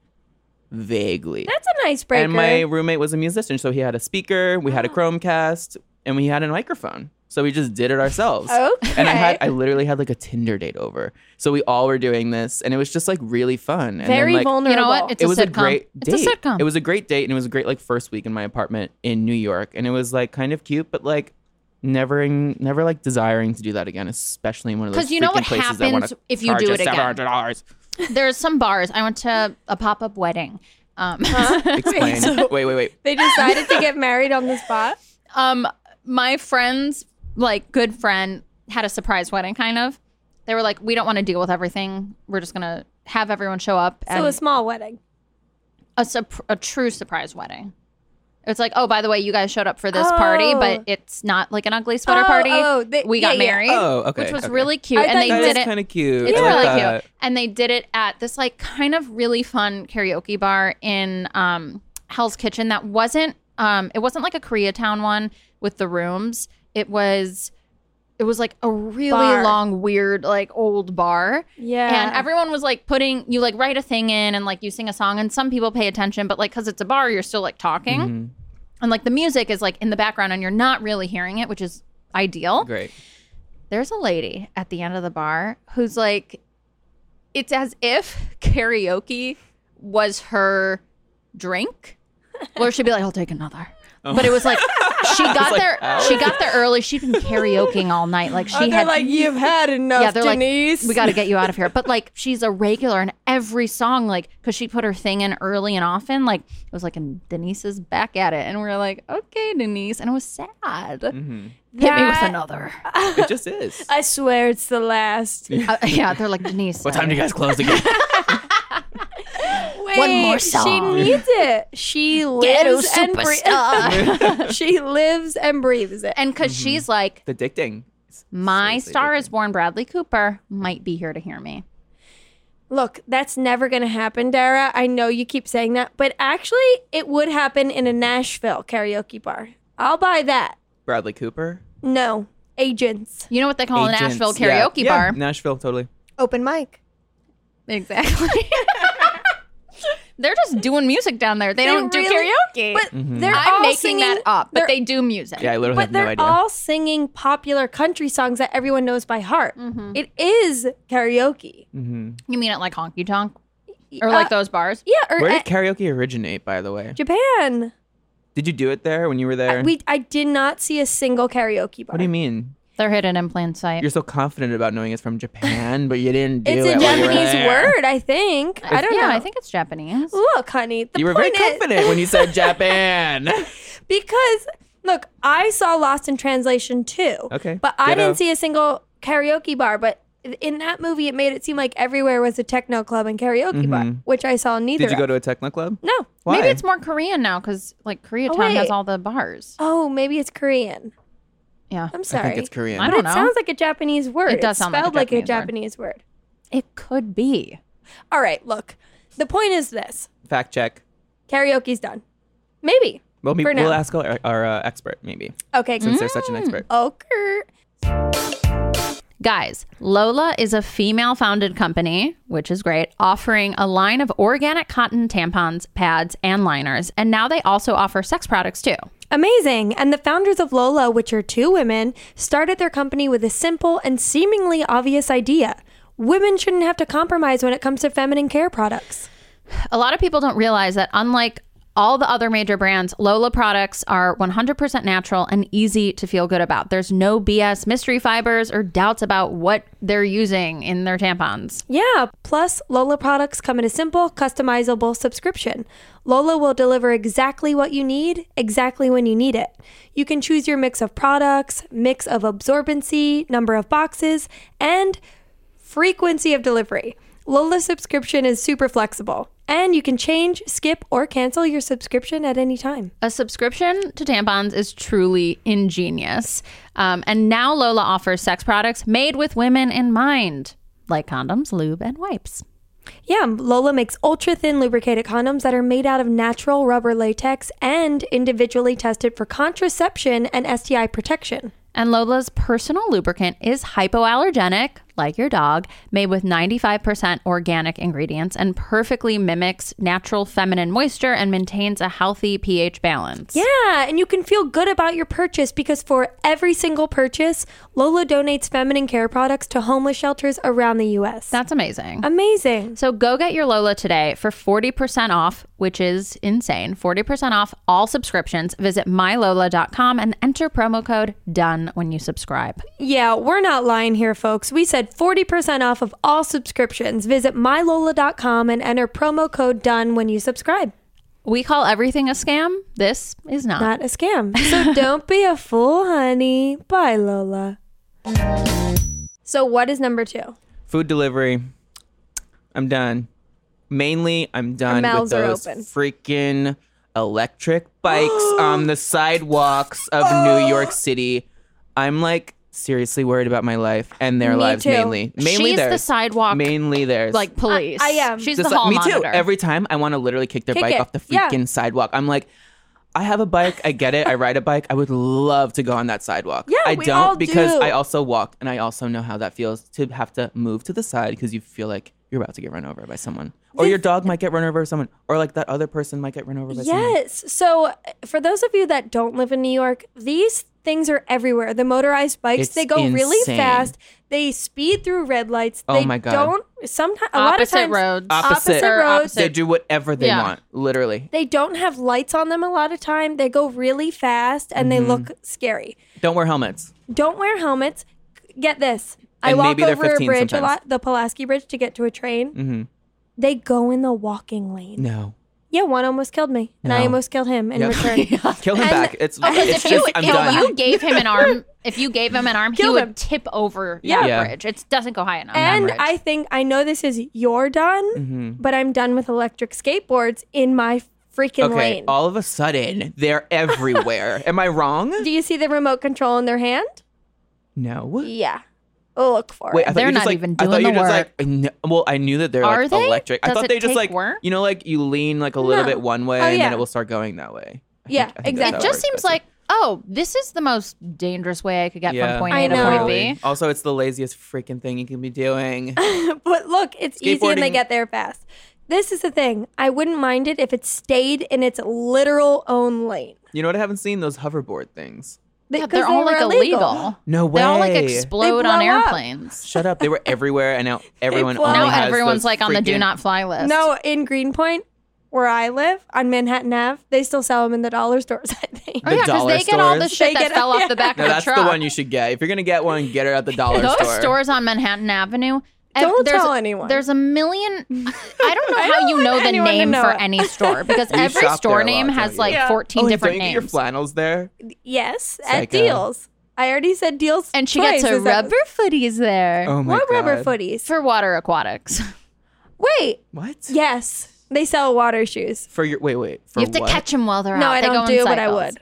vaguely. That's a nice breaker. Oh. And my roommate was a musician, so he had a speaker, we had a Chromecast, and we had a microphone. So we just did it ourselves. Okay. And I had I literally had like a Tinder date over. So we all were doing this and it was just like really fun. And Very then, like, vulnerable. You know what? It's it a was sitcom. a great date. It's a sitcom. It was a great date and it was a great like first week in my apartment in New York. And it was like kind of cute, but like never in, never like desiring to do that again, especially in one of those Because you know freaking what places that wanna happens if you charge do us it again? $700. there's some bars. I went to a pop up wedding. Um, Explain. wait, wait, wait. they decided to get married on the spot. um, my friend's like good friend had a surprise wedding, kind of. They were like, we don't want to deal with everything. We're just gonna have everyone show up. So And a small wedding. a sup- a true surprise wedding. It's like, oh, by the way, you guys showed up for this party, Oh. but it's not like an ugly sweater Oh, party. oh, they- we yeah, got yeah. married, Oh, okay, which was okay. really cute, I and thought they you That did is it. kind of cute. It's I like really that. cute. And they did it at this like kind of really fun karaoke bar in um Hell's Kitchen that wasn't um it wasn't like a Koreatown one with the rooms. It was it was like a really Bar. long weird like old bar. Yeah. And everyone was like putting you like write a thing in and like you sing a song and some people pay attention but like cuz it's a bar you're still like talking. Mm-hmm. And like the music is like in the background and you're not really hearing it, which is ideal Great. there's a lady at the end of the bar who's like, it's as if karaoke was her drink, where she'd be like, I'll take another. But it was like she got like, there. "Ouch." She got there early. She'd been karaokeing all night. Like she had. you've had enough, yeah, they're like, we got to get you out of here. But like, she's a regular in every song, like, because she put her thing in early and often. Like, it was like, and Denise is back at it, and we are like, okay, Denise, and it was sad. Hit me with That- another. It just is. I swear it's the last. Uh, yeah, they're like Denise. What time do you guys close again? Wait, One more She song. needs it. She lives and breathes. she lives and breathes it. and because she's like, the dicting. my Seriously star addicting. is born. Bradley Cooper might be here to hear me. Look, that's never going to happen, Dara. I know you keep saying that, but actually, it would happen in a Nashville karaoke bar. I'll buy that. Bradley Cooper. No, agents. You know what they call a Agents. Nashville Yeah. karaoke Yeah, bar? Nashville, totally. Open mic. Exactly. They're just doing music down there. They, don't really- do karaoke. But they're all I'm making singing, that up, but they're- they do music. Yeah, Mm-hmm. I literally But have no they're idea. all singing popular country songs that everyone knows by heart. Mm-hmm. It is karaoke. Mm-hmm. You mean it like honky tonk or like Uh, those bars? Yeah, or Where did at karaoke originate, by the way? Japan. Did you do it there when you were there? We I did not see a single karaoke bar. what do you mean? They're hidden in plain sight. You're so confident about knowing it's from Japan, but you didn't do It's it. a when you were Japanese there. word, I think. I don't yeah, know. I think it's Japanese. Look, honey, the You were very point is confident when you said Japan. because look, I saw Lost in Translation too. Okay, but I ditto. didn't see a single karaoke bar. But in that movie, it made it seem like everywhere was a techno club and karaoke bar, which I saw neither. Mm-hmm. Did you go of. to a techno club? No. Why? Maybe it's more Korean now because like Koreatown wait. has all the bars. Oh, maybe it's Korean. Yeah, I'm I sorry. think it's Korean. I But don't it know. sounds like a Japanese word. It does It's sound like a spelled like a Japanese Japanese word. it could be. All right, look. The point is this: Fact check. karaoke's done. Maybe. Well, maybe For we'll now. Mm. ask Mm-hmm. our, our uh, expert, maybe, Okay. since they're such an expert. Okay. Guys, Lola is a female founded company, which is great, offering a line of organic cotton tampons, pads, and liners. And now they also offer sex products too. Amazing. And the founders of Lola, which are two women, started their company with a simple and seemingly obvious idea. Women shouldn't have to compromise when it comes to feminine care products. A lot of people don't realize that, unlike All the other major brands, Lola products are 100% natural and easy to feel good about. There's no BS mystery fibers or doubts about what they're using in their tampons. Yeah, plus Lola products come in a simple, customizable subscription. Lola will deliver exactly what you need, exactly when you need it. You can choose your mix of products, mix of absorbency, number of boxes, and frequency of delivery. Lola subscription is super flexible, and you can change, skip, or cancel your subscription at any time. A subscription to tampons is truly ingenious. Um, and now Lola offers sex products made with women in mind, like condoms, lube, and wipes. Yeah, Lola makes ultra thin lubricated condoms that are made out of natural rubber latex and individually tested for contraception and STI protection. And Lola's personal lubricant is hypoallergenic, like your dog, made with 95% organic ingredients and perfectly mimics natural feminine moisture and maintains a healthy pH balance. Yeah, and you can feel good about your purchase because for every single purchase, Lola donates feminine care products to homeless shelters around the US. That's amazing. amazing. So go get your Lola today for 40% off, which is insane. 40% off all subscriptions. Visit mylola.com and enter promo code DONE when you subscribe. Yeah, we're not lying here, folks. We said 40% off of all subscriptions. Visit mylola.com and enter promo code DONE when you subscribe. We call everything a scam. This is not. Not a scam. So don't be a fool, honey. Bye, Lola. So, what is number two? Food delivery. I'm done. Mainly, I'm done with mouths are those open. freaking electric bikes on the sidewalks of New York City. I'm like seriously worried about my life and their Me lives too. mainly. Mainly She's theirs. the sidewalk Mainly theirs. like police. I am. She's Just the like- hall me monitor. too. Every time I want to literally kick their Kick bike it. off the Yeah. freaking sidewalk. I'm like, I have a bike. I get it. I ride a bike. I would love to go on that sidewalk. Yeah, I we don't all because do. I also walk and I also know how that feels to have to move to the side because you feel like you're about to get run over by someone, or your dog might get run over by someone, or like that other person might get run over by someone. Yes. So, uh, for those of you that don't live in New York, these things are everywhere. The motorized bikes, It's they go really insane. fast. They speed through red lights. Oh they my God. don't sometimes a lot of Opposite times roads. Opposite. opposite roads. They do whatever they Yeah. want, literally. They don't have lights on them a lot of time. They go really fast and Mm-hmm. they look scary. Don't wear helmets. Don't wear helmets. Get this. I And walk maybe they're over a 15 bridge a sometimes. lot, the Pulaski Bridge, to get to a train. Mhm. They go in the walking lane. No, Yeah, one almost killed me, and I No. almost killed him in Yep. return. kill him And- back. It's, it's if you, just I'm if done. you gave him an arm, if you gave him an arm, he Killed would him. tip over Yeah. the Yeah. bridge. It doesn't go high enough. And I think I know this is your done, Mm-hmm. but I'm done with electric skateboards in my freaking okay, uh, lane. all of a sudden they're everywhere. Am I wrong? Do you see the remote control in their hand? No. Yeah. I'll look for Wait, I it. thought They're you not just like, even I thought doing you the just work. like kn- well, I knew that they're Are like they? electric. I Does thought it they just take like work? you know, like you lean like a little No. bit one way Oh, and yeah. then it will start going that way. I Yeah, think- I think that's exactly. how it just works, seems but- like, oh, this is the most dangerous way I could get Yeah. from point I A to know. point B. Also, it's the laziest freaking thing you can be doing. but look, it's easy and they uh, Skateboarding- get there fast. This is the thing. I wouldn't mind it if it stayed in its literal own lane. you know what? I haven't seen those hoverboard things. Yeah, Because they're they all were like illegal. No way. They all like explode on blow up. airplanes. Shut up. They were everywhere, and now everyone blow only up. Now has everyone's those like on the do freaking- not fly list. No, in Greenpoint, where I live on Manhattan Ave, they still sell them in the dollar stores, I think. Oh The yeah, because dollar they get all the stores. shit They that get- fell off the back No, of the that's truck. the one you should get. If you're gonna get one, get it at the dollar Those store. stores on Manhattan Avenue. ev- Don't there's- tell anyone. There's a million. I don't know how you want know the anyone to name know for it. any store because You every shop there store a lot, name don't has you? like Yeah. 14 Oh, different don't you get your names. flannels there. Yes, at like a- deals. I already said deals. And she twice, gets her is that- rubber footies there Oh my What rubber God. footies? for water aquatics. Wait, What? yes, they sell water shoes. For your wait, wait. For You have to what? catch them while they're No, out. I They don't go do, in but I cycles. would.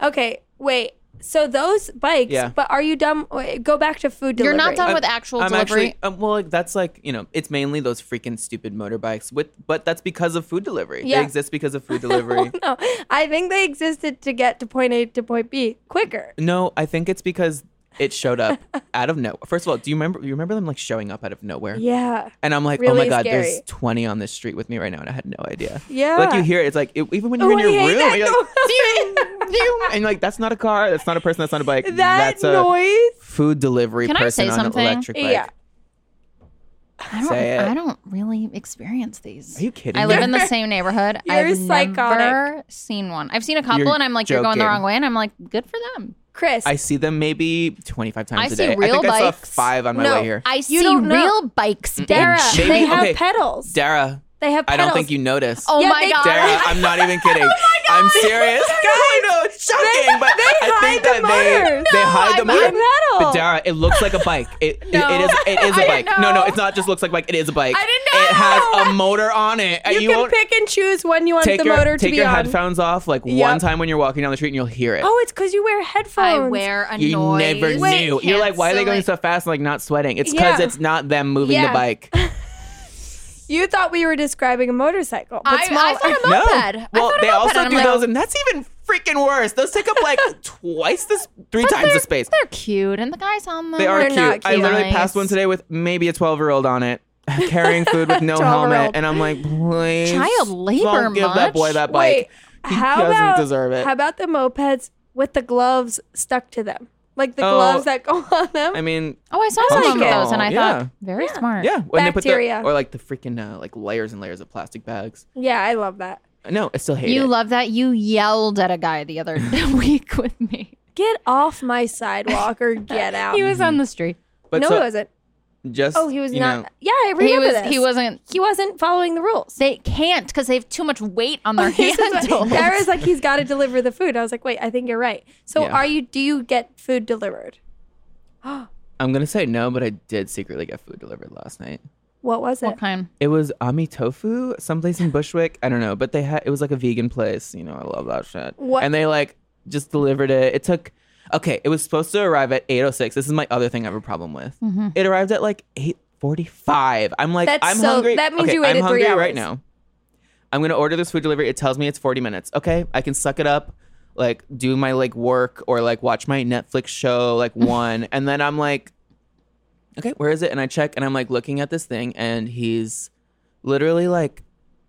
Oh. Okay, wait. So those bikes, Yeah. but are you dumb? wait, Go back to food You're delivery. not done with actual I'm delivery. actually um, well. Like, that's like you know, it's mainly those freaking stupid motorbikes with, but that's because of food delivery. Yeah. They exist because of food delivery. No, I think they existed to get to point A to point B quicker. no, I think it's because it showed up out of nowhere. First of all, do you remember? You remember them like showing up out of nowhere? Yeah. And I'm like, oh Really my god, scary. there's 20 on this street with me right now, and I had no idea. Yeah. Like you hear it, it's like it, even when you're Oh, in I your hate room, that you're like, noise. and you're like that's not a car, that's not a person, that's not a bike, that that's a noise. food delivery Can I person say on something? an electric bike. Yeah. I don't don't. say it. I don't really experience these. Are you kidding? I me? live in the same neighborhood. You're I've never psychotic. seen one. I've seen a couple, You're and I'm like, you're going the joking. wrong way, and I'm like, good for them. Chris, I see them maybe 25 times I a see day. I real think I saw bikes. five on my no, way here. I see don't know. real bikes, Dara, Dara. Maybe- they have okay. pedals. Dara, they have I pedals. don't think you noticed. Oh Yeah, my they- god! Dara, I'm not even kidding. I'm serious. God, I know it's shocking, but I think hide the that they motors. they hide the I'm motor. metal. But Dara, it looks like a bike. It it- it is it is I a didn't bike. No, know. no, it's not just looks like a bike. It is a bike. I didn't It know. has a motor on it. and You, you can won't pick and choose when you want take the your motor to take be your on. headphones off like one Yep. time when you're walking down the street and you'll hear it. Oh, it's because you wear headphones. I wear a you noise. never knew. You're like, why are they going canceling- so fast and like not sweating? It's because Yeah. it's not them moving Yeah. the bike. You thought we were describing a motorcycle, but I, I smaller. thought a No. moped. I Well, thought a they moped, also and do I'm like, those, and that's even freaking worse. Those take up like twice this, three times the space. They're cute, and the guys on them. They are they're cute. not I cute. literally Nice. passed one today with maybe a 12 year old on it, carrying food with no 12-year-old. helmet, and I'm like, please, Child labor Don't give that boy much? that Wait, bike. he how doesn't about deserve it. how about the mopeds with the gloves stuck to them, like the Oh. gloves that go on them? I mean, Oh, I saw I some like of it. those, and I Yeah. thought very smart. yeah, when they put the- Bacteria. or like the freaking uh, like layers and layers of plastic bags. yeah, I love that. No, I still hate You it. love that. You yelled at a guy the other week with me. Get off my sidewalk or get out. He was on the street. but no, so he wasn't. just Oh, he was you not. know, yeah, I He remember was. this. He wasn't. He wasn't following the rules. They can't because they have too much weight on their This is what- handles. Dara's like, he's got to deliver the food. I was like, wait, I think you're right. So, Yeah. are you? Do you get food delivered? I'm gonna say no, but I did secretly get food delivered last night. What was it? what kind? It was Ami Tofu, someplace in Bushwick. I don't know, but they had it was like a vegan place. You know, I love that shit. What- And they like just delivered it. It took okay. It was supposed to arrive at eight oh six. This is my other thing I have a problem with. It arrived at like eight forty five. I'm like, That's I'm so- hungry. that means Okay, you waited I'm three hungry right hours. now. I'm gonna order this food delivery. It tells me it's forty minutes. Okay, I can suck it up. Like do my like work or like watch my Netflix show like one, and then I'm like, okay, where is it? And I check and I'm like looking at this thing and he's literally like,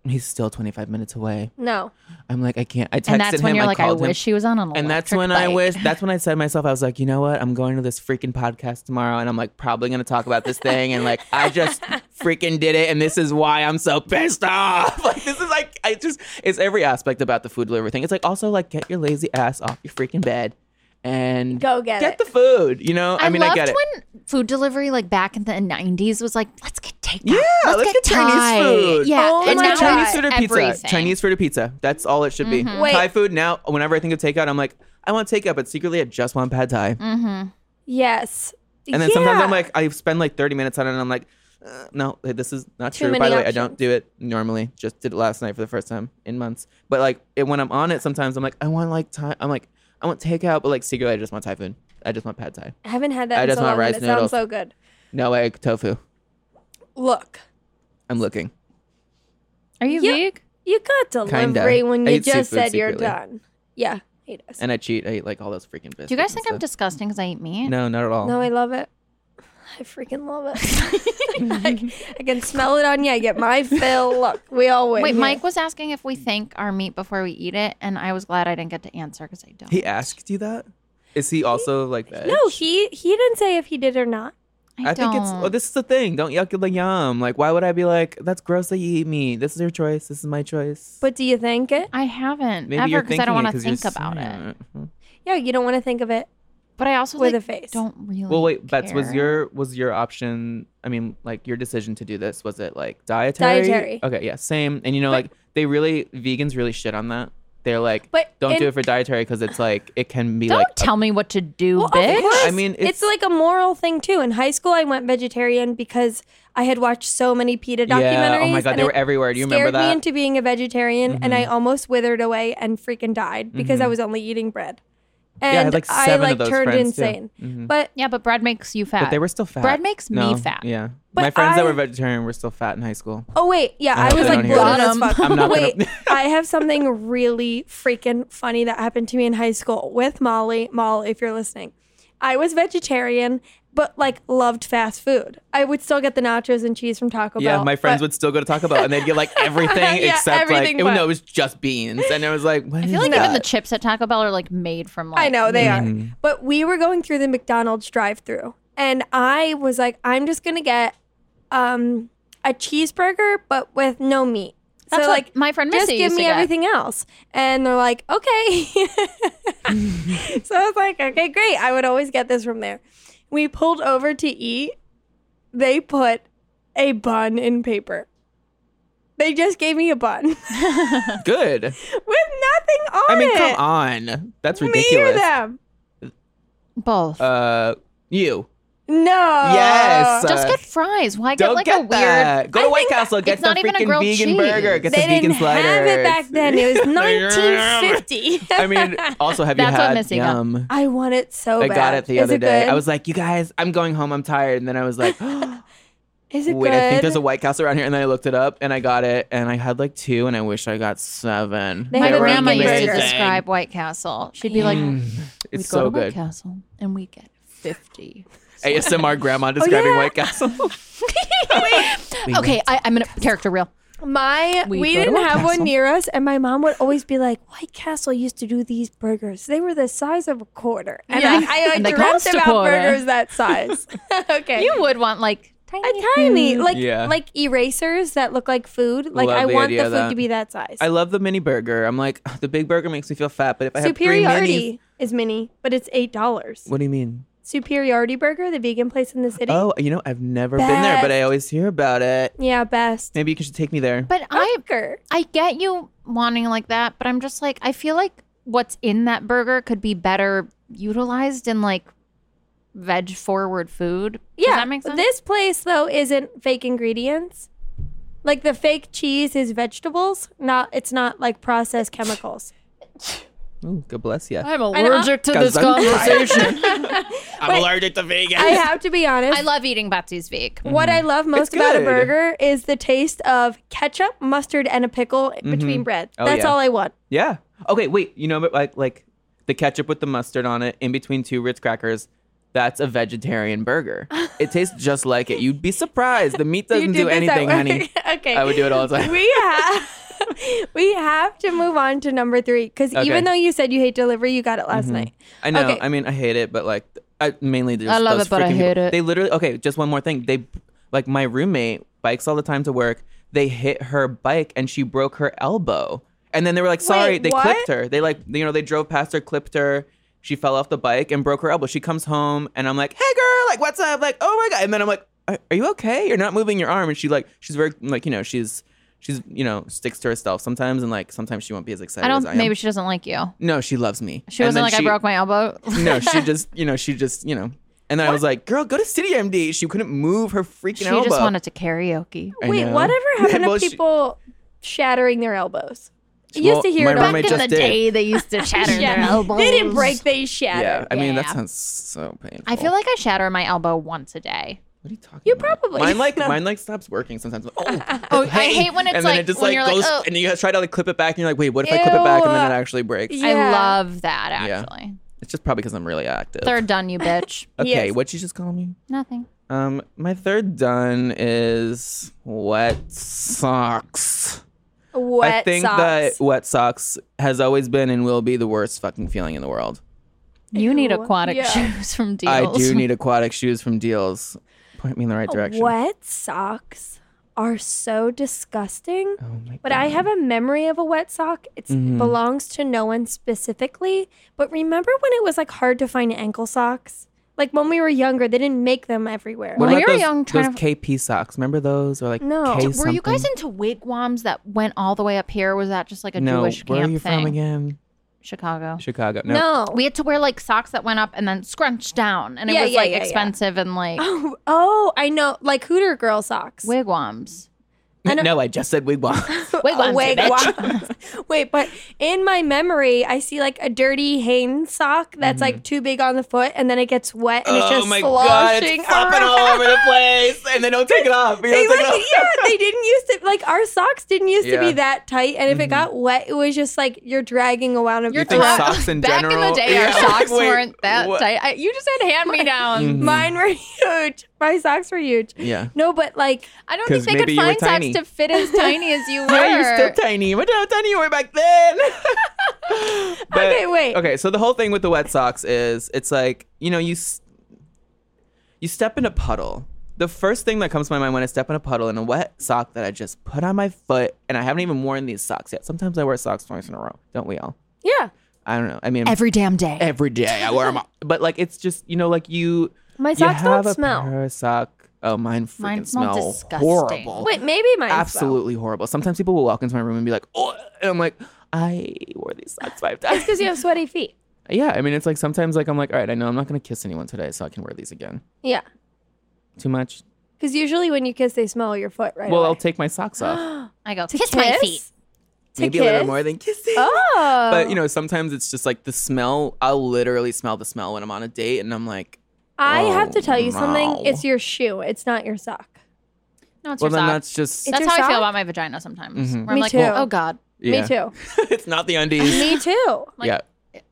he's still 25 minutes away. No. I'm like, I can't. I texted And that's him. when you're I like, I called him. wish he was on an and that's electric when I bike. wish. That's when I said to myself, I was like, you know what? I'm going to this freaking podcast tomorrow, and I'm like probably gonna talk about this thing, and like I just freaking did it, and this is why I'm so pissed off. Like this is like I just it's every aspect about the food delivery thing. It's like also like get your lazy ass off your freaking bed and Go get it. the food. You know, I, mean, I loved get it. when food delivery, like back in the '90s, was like, let's get takeout. Yeah, let's get Chinese Thai. food. Yeah, Oh and my God. now it's Chinese food or pizza. everything. Chinese food or pizza. That's all it should be. Wait. Thai food now. Whenever I think of takeout, I'm like, I want takeout, but secretly I just want pad thai. Yes. And then sometimes Yeah. I'm like, I spend like 30 minutes on it, and I'm like, uh, no, this is not Too true. By many the way, I don't options. do it normally. Just did it last night for the first time in months. But like it, when I'm on it, sometimes I'm like, I want like Thai. I'm like, I want takeout, but like secretly I just want Thai food. I just want pad thai. I haven't had that I in just so want long, and rice it sounds noodles. so good. No egg tofu. Look, I'm looking. Are you Yeah. vegan? you got delivery when I you eat just seafood said you're secretly. done. Yeah, he does. And I cheat. I eat like all those freaking biscuits. Do you guys and think I'm stuff. disgusting because I eat meat? No, not at all. No, I love it. I freaking love it. I, I can smell it on you. I get my fill. Look, we all win. Wait, here. Mike was asking if we thank our meat before we eat it, and I was glad I didn't get to answer because I don't. He asked you that? Is he also like that? No, he he didn't say if he did or not. I, I think it's don't. oh, this is the thing. Don't yuck the yum. Like, why would I be like, that's gross that you eat me. This is your choice. This is my choice. But do you think it? I haven't Maybe ever you're because I thinking don't want it to 'cause you're think about saying it. Mhm. Yeah, you don't want to think of it. But I also With like, a face. don't really. Well, wait, Bets, was care. your was your option? I mean, like your decision to do this was it like dietary? Dietary. Okay, yeah, same. And you know, like they really vegans really shit on that. They're like, But don't in- do it for dietary because it's like it can be Don't like. a- tell me what to do, Well, bitch. Of course. I mean, it's, it's- like a moral thing too. In high school, I went vegetarian because I had watched so many PETA documentaries. yeah. Oh my god, and they it were everywhere. Do you scared remember that? Mm-hmm. me into being a vegetarian, and I almost withered away and freaking died because I was only eating bread. And yeah, I had like seven like, of those turned friends too. insane. Mhm. But yeah, but bread makes you fat. But they were still fat. Bread makes me No, fat. Yeah. But My friends I- that were vegetarian were still fat in high school. oh wait, yeah, I I, hope was they like don't hear bloated this. as fuck. I'm not gonna- wait, I have something really freaking funny that happened to me in high school with Molly. Molly, if you're listening, I was vegetarian. But like loved fast food. I would still get the nachos and cheese from Taco Yeah, Bell. my friends Oh, but- would still go to Taco Bell and they'd get like everything Yeah, except everything like it, but- no, it was just beans. And I was like, what I feel like that? even the chips at Taco Bell are like made from like I know they Mm-hmm. are. But we were going through the McDonald's drive-through and I was like I'm just going to get um a cheeseburger but with no meat. That's so what like my friend just Missy give used me to get. everything else, and they're like, okay. so I was like, okay, great. I would always get this from there. We pulled over to eat. They put a bun in paper. They just gave me a bun with Good. nothing on I mean, it. come on. That's Me or ridiculous. them? Both. Uh, you. No. Yes. just uh, get fries. Why get Don't like a get weird? that. Go I to White think Castle. Get it's not the even a freaking grilled vegan cheese. burger. Get They the vegan didn't sliders. have it back then. It was 1950. I mean, also have That's you what had Missy got. Oh, yum? I want it so I bad. got it the Is other day. good? I was like, you guys, I'm going home. I'm tired. And then I was like, Is it wait, good? I think there's a White Castle around here. And then I looked it up and I got it. And I had like two and I wish I got seven. They My had a were grandma vegan used to burger. amazing. describe White Castle. She'd be like, Mm, "We'd It's go to so White good. Castle and we get fifty. ASMR Oh, grandma describing yeah. White Castle. We okay, I, I'm gonna character reel. My We we, go to didn't White have Castle. one near us, and my mom would always be like, "White Castle used to do these burgers. They were the size of a quarter." And Yeah. I, I, I And they dreamt cost a about quarter. burgers that size. okay, You would want like a tiny, Hmm. tiny like Yeah. like erasers that look like food. Like Love I the want the idea food of that. to be that size. I love the mini burger. I'm like, "Ugh, the big burger makes me feel fat, but if I have three minis. Superiority is mini, but it's eight dollars. What do you mean? Superiority Burger, the vegan place in the city. Oh, you know, I've never been there, but I always hear about it. Yeah, best. Maybe you should take me there. But I Burger. I get you wanting like that, but I'm just like I feel like what's in that burger could be better utilized in like veg forward food. Does Yeah, that make sense? This place though isn't fake ingredients. Like the fake cheese is vegetables, not it's not like processed chemicals. Ooh, God bless you. I'm know. allergic to this I'm conversation. I'm allergic to vegan. I have to be honest. I love eating Betsy's Vig. Mm, what I love most It's about a good. burger is the taste of ketchup, mustard, and a pickle between bread. Oh, That's yeah. all I want. Yeah. Okay, wait. You know, but like like the ketchup with the mustard on it in between two Ritz crackers. That's a vegetarian burger. It tastes just like it. You'd be surprised. The meat doesn't did do this at anything, work. honey. okay. I would do it all the time. We have we have to move on to number three because Okay. Mm-hmm. even though you said you hate delivery, you got it last night. I know. Okay. I mean, I hate it, but like, I mainly just I love those it, but I freaking hate people- it. They literally okay. Just one more thing. They like my roommate bikes all the time to work. They hit her bike and she broke her elbow. And then they were like, sorry, they what? clipped her. They like, you know, they drove past her, clipped her. She fell off the bike and broke her elbow. She comes home and I'm like, hey girl, like what's up? Like oh my god. And then I'm like, are, are you okay? You're not moving your arm. And she like, she's very like, you know, she's she's you know sticks to herself sometimes and like sometimes she won't be as excited I don't. as I am. Maybe she doesn't like you. no, she loves me. She And wasn't then like I broke my elbow. no, she just, you know, she just, you know. And then I was like, girl, go to City MD. She couldn't move her freaking she elbow. just wanted to karaoke. I Wait, know. whatever happened Well, to she- people shattering their elbows? I Well, used to hear my it all. roommate- Back in just the did. day, they used to shatter their elbows. They didn't break, they shattered. yeah, I mean, that Yeah. sounds so painful. I feel like I shatter my elbow once a day. what are you talking You about? probably- Mine like, No. mine like stops working sometimes. I'm like, oh, Oh, I hate when it's and then like it just when like you're goes, like, oh, and you guys try to like clip it back, and you're like, wait, what if I clip it back, and then it Ew. actually breaks? I Yeah. love that Yeah. actually. It's just probably because I'm really active. Third done, you bitch. Okay, Yes. what'd you just call me? Nothing. Um, my third done is wet socks. Wet I think socks. that wet socks has always been and will be the worst fucking feeling in the world. You need Ew. aquatic Yeah. shoes from Deals. I do need aquatic shoes from Deals. Point me in the Oh, right direction. Wet socks are so disgusting. Oh my But I have a memory of a wet sock. It Mm-hmm. belongs to no one specifically. But remember when it was like hard to find ankle socks? Like when we were younger, they didn't make them everywhere. What When about we were those, young, those trying to- KP socks? Remember those? Or like No. K Were Were you guys something? into wigwams that went all the way up here? Was that just like a no, Jewish where camp are you thing? from again? Chicago. Chicago. No. no. We had to wear like socks that went up and then scrunched down, and it Yeah, was yeah, like yeah, yeah. expensive and like Oh, oh, I know. Like Hooter girl socks. wigwams. I no, I just said wigwam. Wigwams, you bitch. wigwams. Wait, but in my memory, I see like a dirty Hanes sock that's like too big on the foot, and then it gets wet and it's Mm-hmm. oh just my god, sloshing it's flopping all around. over the place. And they don't take it off. They They don't like, take it off. yeah, they didn't used to like our socks didn't used to Yeah. Mm-hmm. be that tight, and if it got wet, it was just like you're dragging around a You're think dra- socks in Back in general- the day, our Yeah, like, socks wait, weren't that what? Mm, tight. I, you just had hand me downs. Mine were huge. My socks were huge. Mm-hmm. Yeah. No, but like I don't think 'Cause they could maybe you were find socks tiny. to fit as tiny as you were. Yeah, you're still tiny. Remember how tiny you were back then? But- Okay, wait. Okay, so the whole thing with the wet socks is it's like, you know, you s- you step in a puddle the first thing that comes to my mind when I step in a puddle in a wet sock that I just put on my foot, and I haven't even worn these socks yet. Sometimes I wear socks twice in a row, don't we all? Yeah. I don't know. I mean, every damn day. every day I wear them, but like it's just you know, like you. My you socks don't have a smell. pair of sock. Oh, mine freaking Mine smell smell disgusting. horrible. Wait, maybe mine. absolutely horrible. Sometimes people will walk into my room and be like, "Oh," and I'm like, "I wore these socks five times." Because you have sweaty feet. yeah, I mean, it's like sometimes like I'm like, "All right, I know I'm not gonna kiss anyone today, so I can wear these again." Yeah. Too much. Because usually when you kiss, they smell your foot right well, away. I'll take my socks off. I go, To kiss, my kiss? feet. To Maybe a little kiss? more than kissing. Oh. But you know, sometimes it's just like the smell. I'll literally smell the smell when I'm on a date, and I'm like, I have to Oh, tell you no. something. It's your shoe. It's not your sock. No, it's "Well, your then sock. that's just It's That's your how I feel sock? about my vagina sometimes. Mhm. Where I'm Me like, too. oh God, yeah. Me too. it's not the undies." Me too. Like- yeah,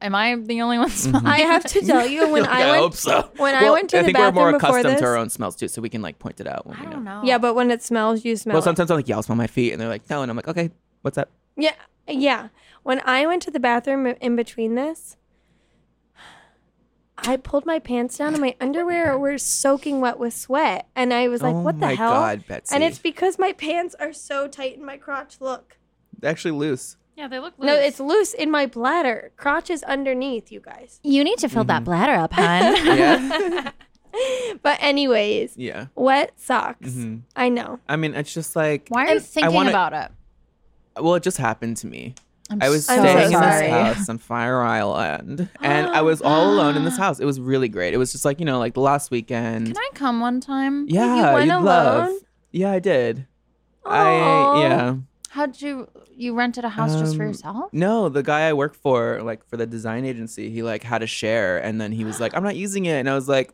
am I the only one Mm-hmm. smelling? I have to tell you when Okay, I I went hope so. when I Well, went to I the think bathroom we're more before accustomed this. to our own smells too, so we can like point it out. When I we don't know. Yeah, but when it smells, you smell. Well, it. sometimes I'm like, yeah, I'll smell my feet, and they're like, no, and I'm like, okay, what's up? Yeah, yeah. When I went to the bathroom in between this, I pulled my pants down and my underwear were soaking wet with sweat, and I was like, oh "What the my hell?" god, Betsy! and it's because my pants are so tight in my crotch. Look, actually loose. yeah, they look. no, it's loose in my bladder. Crotch is underneath, you guys. You need to fill Mm-hmm. that bladder up, hon. Yeah, But anyways, yeah. wet socks. Mhm. I know. I mean, it's just like, Why are you thinking wanna- about it? well, it just happened to me. I was so staying in sorry. this house on Fire Island, and I was all alone in this house. It was really great. It was just like you know, like the last weekend. Can I come one time? yeah, went you'd love. alone? Yeah, I did. Aw. I yeah. How'd you you rented a house just for Um, yourself? No, the guy I work for, like for the design agency, he like had a share, and then he was like, "I'm not using it," and I was like,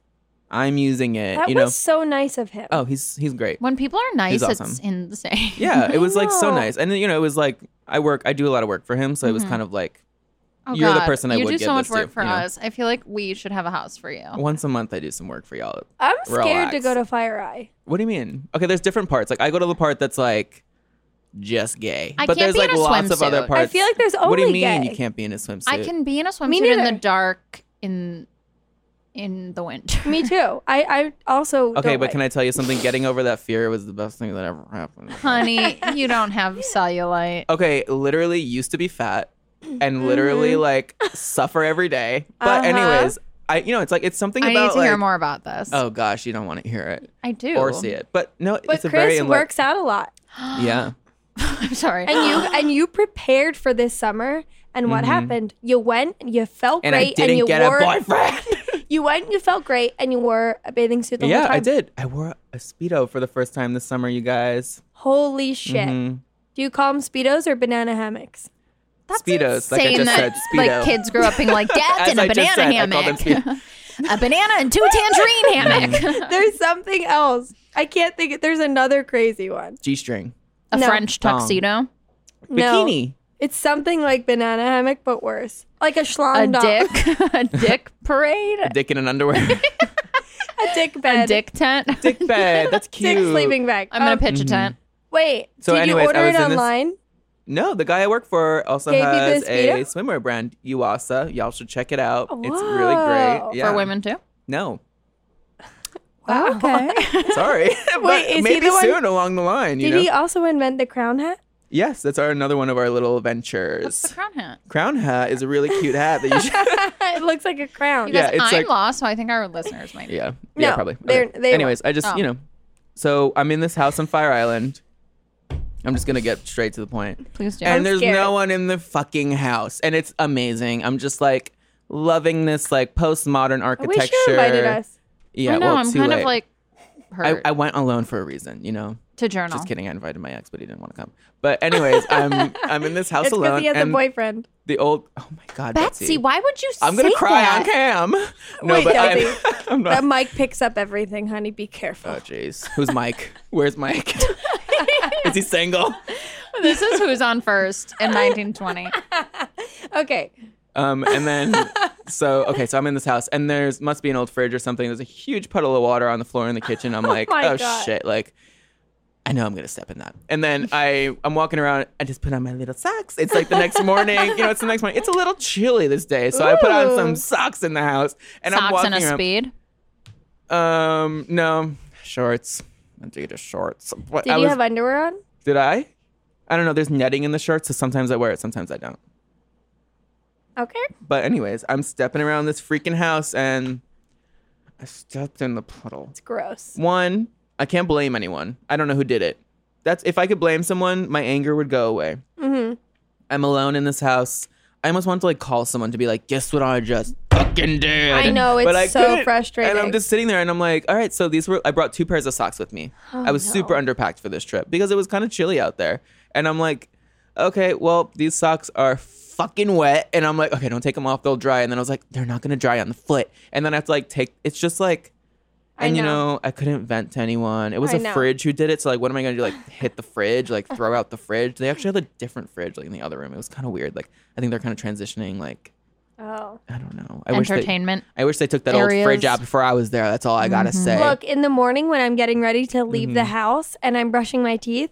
"I'm using it," That you was know. so nice of him. Oh, he's he's great. When people are nice, He's it's awesome. insane. Yeah, it was like so know. nice, and then, you know, it was like I work, I do a lot of work for him, so it was Mhm. kind of like Oh, You're the God. person I you would do give so much this work to, for you know? us. I feel like we should have a house for you. once a month I do some work for y'all. I'm scared to relax. go to Fire Eye. What do you mean? Okay, there's different parts. Like I go to the part that's like just gay, I but can't there's be like in a lots of other swimsuit. I parts. I feel like there's only what do you mean gay. you can't be in a swimsuit? I can be in a swimsuit in the neither. dark in in the winter. Me too. I, I also Okay, don't but like- can I tell you something? Getting over that fear was the best thing that ever happened. Honey, you don't have cellulite. okay, literally used to be fat and Mm-hmm. literally like suffer every day. But Uh-huh. anyways, I you know it's like it's something I need about to hear like- more about this. Oh gosh, you don't want to hear it I do. or see it. But no, But it's a very Chris enli- works out a lot, Yeah, I'm sorry. and you and you prepared for this summer. And what Mhm. happened? You went, and you felt and great, I didn't and you get wore. a boyfriend. You went, you felt great, and you wore a bathing suit the yeah, whole time. I did. I wore a speedo for the first time this summer, you guys. Holy shit! Mhm. Do you call them speedos or banana hammocks? speedos, like I Saying just that, said, speedo. Like kids grew up being like, dad's in a I banana just said, I call them Mm. hammock. a banana and two tangerine hammock. There's something else. I can't think. There's another crazy one. G-string, a No. French Thong. tuxedo. No. bikini. It's something like banana hammock, but worse. Like a A schlong dog. dick. a dick parade. Uh, A dick in an underwear. a dick A bed, dick tent. dick bed. That's cute. dick sleeping bag. I'm gonna Um, pitch a Mhm. tent. Wait, So did anyways, I you order was it in this- online? No, the guy I work for also Gave you the has a speedo? swimwear brand, Uwasa. Y'all should check it out. It's really great. Wow. For Yeah. For women too. No, Wow. Okay. sorry. But Wait, is he maybe the one- soon along the line. You Did know. he also invent the crown hat? Yes, that's our another one of our little That's the ventures. crown hat. Crown hat is a really cute hat that you should. it looks like a crown. You Yeah, guys, it's I'm like- lost, so I think our listeners might. be. Yeah. yeah, No, probably. they're- they Anyways, I just Oh. you know, so I'm in this house on Fire Island. I'm just gonna get straight to the point. Please do. And I'm there's scared. no one in the fucking house, and it's amazing. I'm just like loving this like postmodern I architecture. wish you invited us. Yeah, I know. well, Oh, I'm too kind late. of like I, hurt I went alone for a reason, you know. to journal. Just kidding. I invited my ex, but he didn't want to come. But anyways, I'm I'm in this house It's because alone, he has a and boyfriend. the old oh my god, Betsy, Betsy, why would you? I'm gonna say cry that? on cam. No, Wait, but I'm, Betsy. I'm That not. mic picks up everything, honey. Be Oh careful. jeez, who's Mike? Where's Mike? Is he single? This is who's on first in 1920. Okay. Um, and then so okay, so I'm in this house, and there's must be an old fridge or something. There's a huge puddle of water on the floor in the kitchen. I'm like, my oh, God. shit, like. I know I'm gonna step in that, and then I I'm walking around. I just put on my little socks. It's like the next morning, you know. It's the next morning. It's a little chilly this day, so I put on Ooh. some socks in the house, and I'm Socks walking and a around. speed. Um, no, shorts. Adidas shorts. But Did I you was, have underwear on? did I? I don't know. There's netting in the shorts, so sometimes I wear it, sometimes I don't. Okay. But anyways, I'm stepping around this freaking house and I stepped in the puddle. It's gross. One, I can't blame anyone. I don't know who did it. That's if I could blame someone, my anger would go away. Mm-hmm. I'm alone in this house. I almost want to like call someone to be like, guess what I just fucking did. I know, But it's I so couldn't. frustrating. And I'm just sitting there and I'm like, all right, so these were I brought two pairs of socks with me. Oh, I was super underpacked for this trip because it was kind of chilly out there. And I'm like, okay, well, these socks are fucking wet. And I'm like, okay, don't take them off, they'll dry. And then I was like, they're not gonna dry on the foot. And then I have to like take it's just like I and you know. know, I couldn't vent to anyone. It was I a know. fridge who did it. So like, what am I gonna do? Like, hit the fridge? Like, throw out the fridge? They actually had a different fridge like in the other room. It was kind of weird. Like, I think they're kind of transitioning. Like, Oh. I don't know. I wish they, Entertainment. I wish they took that old areas. fridge out before I was there. That's all I gotta say. Mm-hmm. Look, in the morning when I'm getting ready to leave the Mm-hmm. house and I'm brushing my teeth,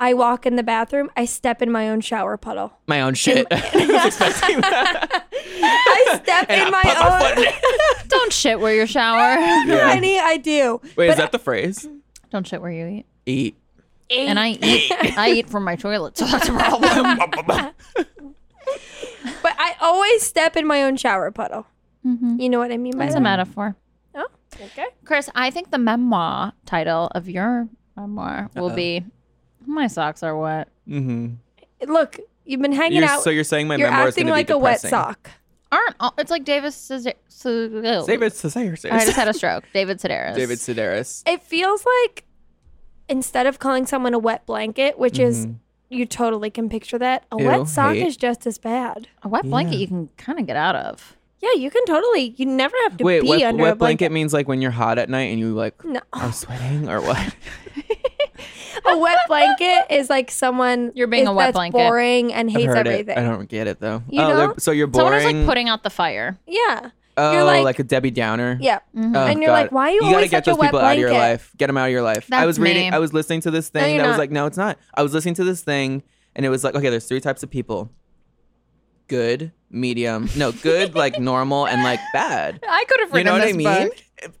I walk in the bathroom, I step in my own shower puddle. my own shit. I was expecting that. I step And in I my put my own foot in it. Don't shit where you shower. Yeah. honey, I do. Wait, is that the phrase? Don't shit where you eat. Eat. And I eat. I eat from my toilet, so that's a problem. But I always step in my own shower puddle. You know what I mean by It's a that? metaphor. Mm-hmm. Oh, okay. Chris, I think the memoir title of your memoir will be "My socks are wet." Mm-hmm. Look, you've been hanging You're, out. so you're saying my You're memoir is acting gonna like be a wet depressing. sock. Aren't all, it's like David Sedaris? David Sedaris. I just had a stroke. David Sedaris. David Sedaris. It feels like instead of calling someone a wet blanket, which is you totally can picture that, a Mm-hmm. Ew, wet sock hate. is just as bad. a wet blanket Yeah. you can kind of get out of. Yeah, you can totally. You never have to Wait, be wet, wet under a blanket. blanket. Hmm. means like when you're hot at night and you like No. are sweating or what? a wet blanket is like someone You're being is- a wet that's blanket. boring and I've hates heard everything. it. I don't get it though. You oh, they're- don't? so you're Someone boring. is like putting out the fire. Mm-hmm. Yeah, oh, you're like- like, a Debbie Downer. yeah. Oh, And you're God. like, why are you gotta always get such a those wet people out of your blanket? life. Get them out of your life. I That's was reading. me. I was listening to this thing you're that was not. like, no, it's not. I was listening to this thing, and it was like, okay, there's three types of people: good, medium, no, good, like normal, and like bad. I could have You know what I mean?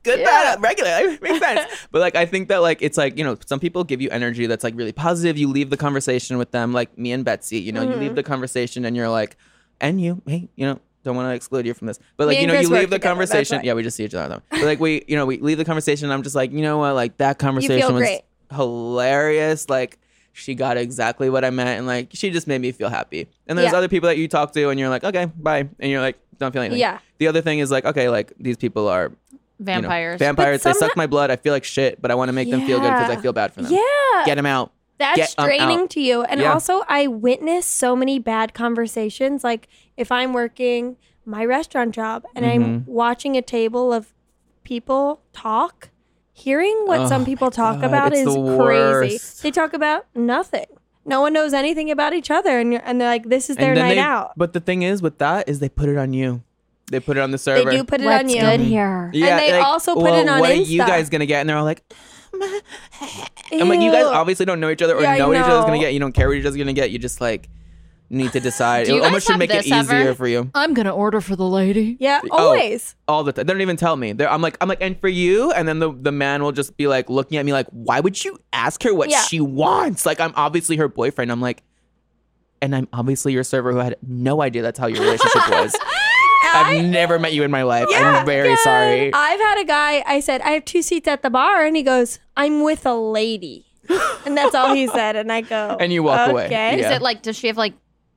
Good, Yeah. bad, regular. It makes sense. but like, I think that like it's like you know, some people give you energy that's like really positive. You leave the conversation with them, like me and Betsy. You know, you Mm-hmm. leave the conversation and you're like, and you, hey, you know, don't want to exclude you from this, but Me like you and know, Chris you work leave the together, that's conversation. why. Yeah, we just see each other. though. But like we, you know, we leave the conversation. and I'm just like, you know what? Like that conversation was great. hilarious. Like. She got exactly what I meant, and like she just made me feel happy. And there's Yeah. other people that you talk to, and you're like, okay, bye, and you're like, don't feel anything. Yeah. The other thing is like, okay, like these people are you know, Vampires. vampires. But they suck my blood. I feel like shit, but I want to make them feel good because Yeah. I feel bad for them. Yeah, Get them out. that's get 'em draining out. to you. And Yeah. also, I witness so many bad conversations. Like if I'm working my restaurant job and Mm-hmm. I'm watching a table of people talk, hearing what Oh some people talk God, about it's is the crazy. worst. They talk about nothing. No one knows anything about each other, and you're, and they're like, "This is their And then night they- out." But the thing is with that is they put it on you. They put it on the They server. do put it on What's you. good here? yeah, they like, also put well, it on What are you Insta. guys gonna get? And they're all like, I'm like, you guys Ew. obviously don't know each other or Yeah, I know what each know. other's gonna get. You don't care what each other's gonna get. You just like need to decide. Do you it almost guys have should make it this ever? easier for you. I'm gonna order for the lady. Yeah, Oh. always. all the time. They don't even tell me. They're, I'm like, I'm like, and for you, and then the, the man will just be like looking at me like, why would you ask her what Yeah. she wants? Like, I'm obviously her boyfriend. I'm like, and I'm obviously your server who had no idea that's how your relationship was. I've never met you in my life. I'm very sorry. Ah, I've had a guy, I said, I have two seats at the bar, and he goes, I'm with a lady. and that's all he said. And I go, And you walk away. okay. Yeah. Is it like? Does she have like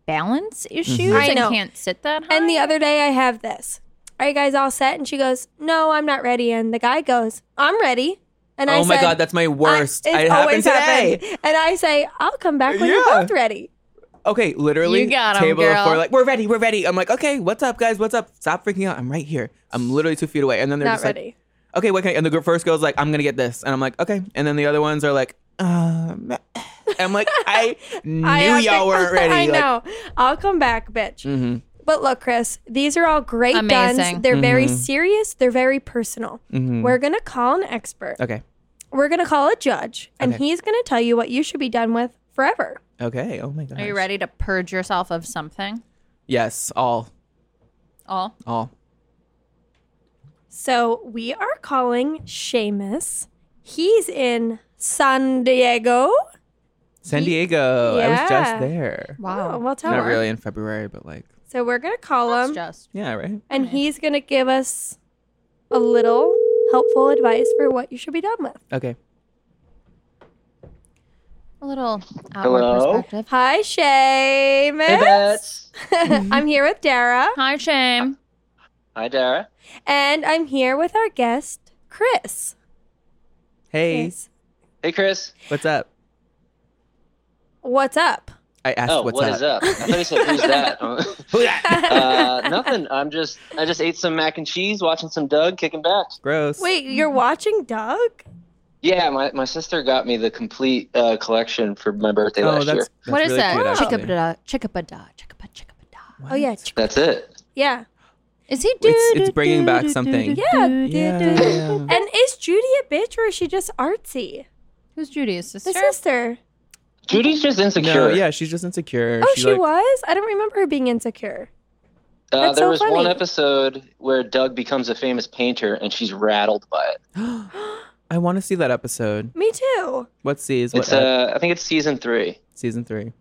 balance issues Mm-hmm. I know. and can't sit that high? And the other day, I have this. Are you guys all set? And she goes, No, I'm not ready. And the guy goes, I'm ready. And I oh my said, god, that's my worst. I, it's it happened always today. happened. And I say, I'll come back when you're Yeah. both ready. Okay, literally, You got 'em, table girl. four, like we're ready, we're ready. I'm like, okay, what's up, guys? What's up? Stop freaking out. I'm right here. I'm literally two feet away, and then they're not just like, ready. okay, what can I? And the gir- first girl's like, I'm gonna get this, and I'm like, okay, and then the other ones are like, um, I'm like, I knew I have y'all to- weren't ready. I Like, know. I'll come back, bitch. mhm. But look, Chris, these are all great guns. Amazing. They're very Mhm. serious. They're very personal. Mhm. We're going to call an expert. Okay, We're going to call a judge, and Okay. he's going to tell you what you should be done with forever. okay. Oh my god. Are you ready to purge yourself of something? Yes, all, All. all. So we are calling Seamus. He's in San Diego. San Diego. I was Yeah. just there. Oh, well, tell Not her. really in February, but like, So we're gonna call him, Just yeah, right? and he's gonna give us a little helpful advice for what you should be done with. Okay. a little outward Hello? perspective. Hi, Seamus. Hey, Bets. Mm-hmm. I'm here with Dara, Hi, Shame. Hi, Dara. and I'm here with our guest, Chris. Hey, Yes. Hey, Chris. what's up? What's up? I asked oh, what's what up. is up? I thought you said who's that. Oh, Who that? uh, nothing. I'm just I just ate some mac and cheese, watching some Doug, kicking back. Gross. Wait, you're watching Doug? Yeah, my, my sister got me the complete uh, collection for my birthday Oh, last that's, year. that's what is really cute, that? actually. Chickapada, chickapada, chickapa, chickapada. Oh yeah, That's it. yeah, Is he dude? It's, it's bringing back something. yeah. Yeah, yeah. And is Judy a bitch or is she just artsy? Who's Judy's The sister? sister. Judy's just No, insecure. yeah, she's just insecure. Oh, She, she like- was. I don't remember her being insecure. uh, that's there so was one funny. episode where Doug becomes a famous painter, and she's rattled by it. I want to see that episode. Me too. What season? It's What ep- uh, I think it's season three. season three?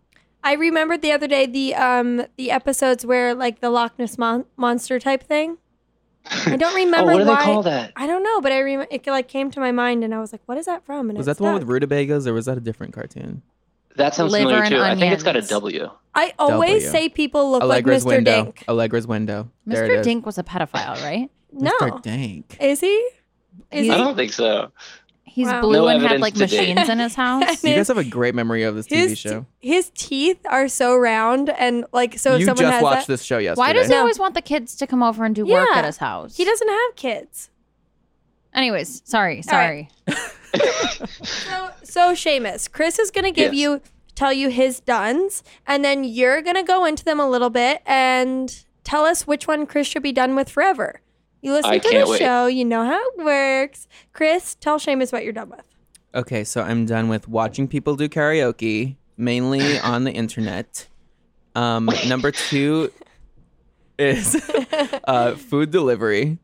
I remembered the other day the um the episodes where like the Loch Ness mon- monster type thing. I don't remember oh, what do why. they call that? I don't know, but I rem- it like came to my mind, and I was like, "What is that from?" And Was it that the one with stuck. rutabagas, or was that a different cartoon? That sounds Liver familiar and too. I think it's got a onions. W. I always W. say people look Allegra's like Mr. window. Dink. Allegra's window. There it Mr. is. Dink was a pedophile, right? No, Mr. Dink. is he? Is I he? don't think so. He's Wow. blue No and had evidence like to date. machines in his house. You guys have a great memory of this TV His show. his teeth are so round and like so. If you someone just has watched that, this show yesterday. Why does he No. always want the kids to come over and do work Yeah. at his house? He doesn't have kids. Anyways, sorry, All right. sorry. So, so Seamus, Chris is gonna give Yes. you tell you his duns, and then you're gonna go into them a little bit and tell us which one Chris should be done with forever. You listen I to can't the wait. show, you know how it works. Chris, tell Seamus what you're done with. Okay, so I'm done with watching people do karaoke, mainly on the internet. Um, number two is uh, food delivery.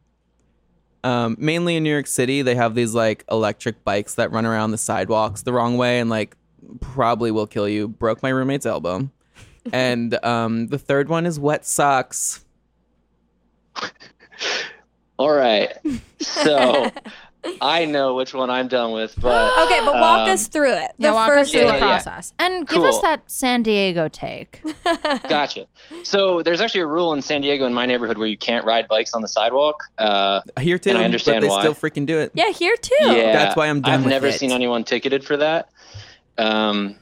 Um, mainly in New York City, they have these like electric bikes that run around the sidewalks the wrong way and like probably will kill you. Broke my roommate's elbow. And um, the third one is wet socks. All right. So I know which one I'm done with, but Okay, but walk Um, us through it. The yeah, walk us first through Yeah, the yeah. process and give us Cool. that San Diego take. gotcha. So there's actually a rule in San Diego in my neighborhood where you can't ride bikes on the sidewalk. Uh, Here too, And I but understand they why. still freaking do it. Yeah, here too. yeah, That's why I'm done I've with never it. seen anyone ticketed for that. Um,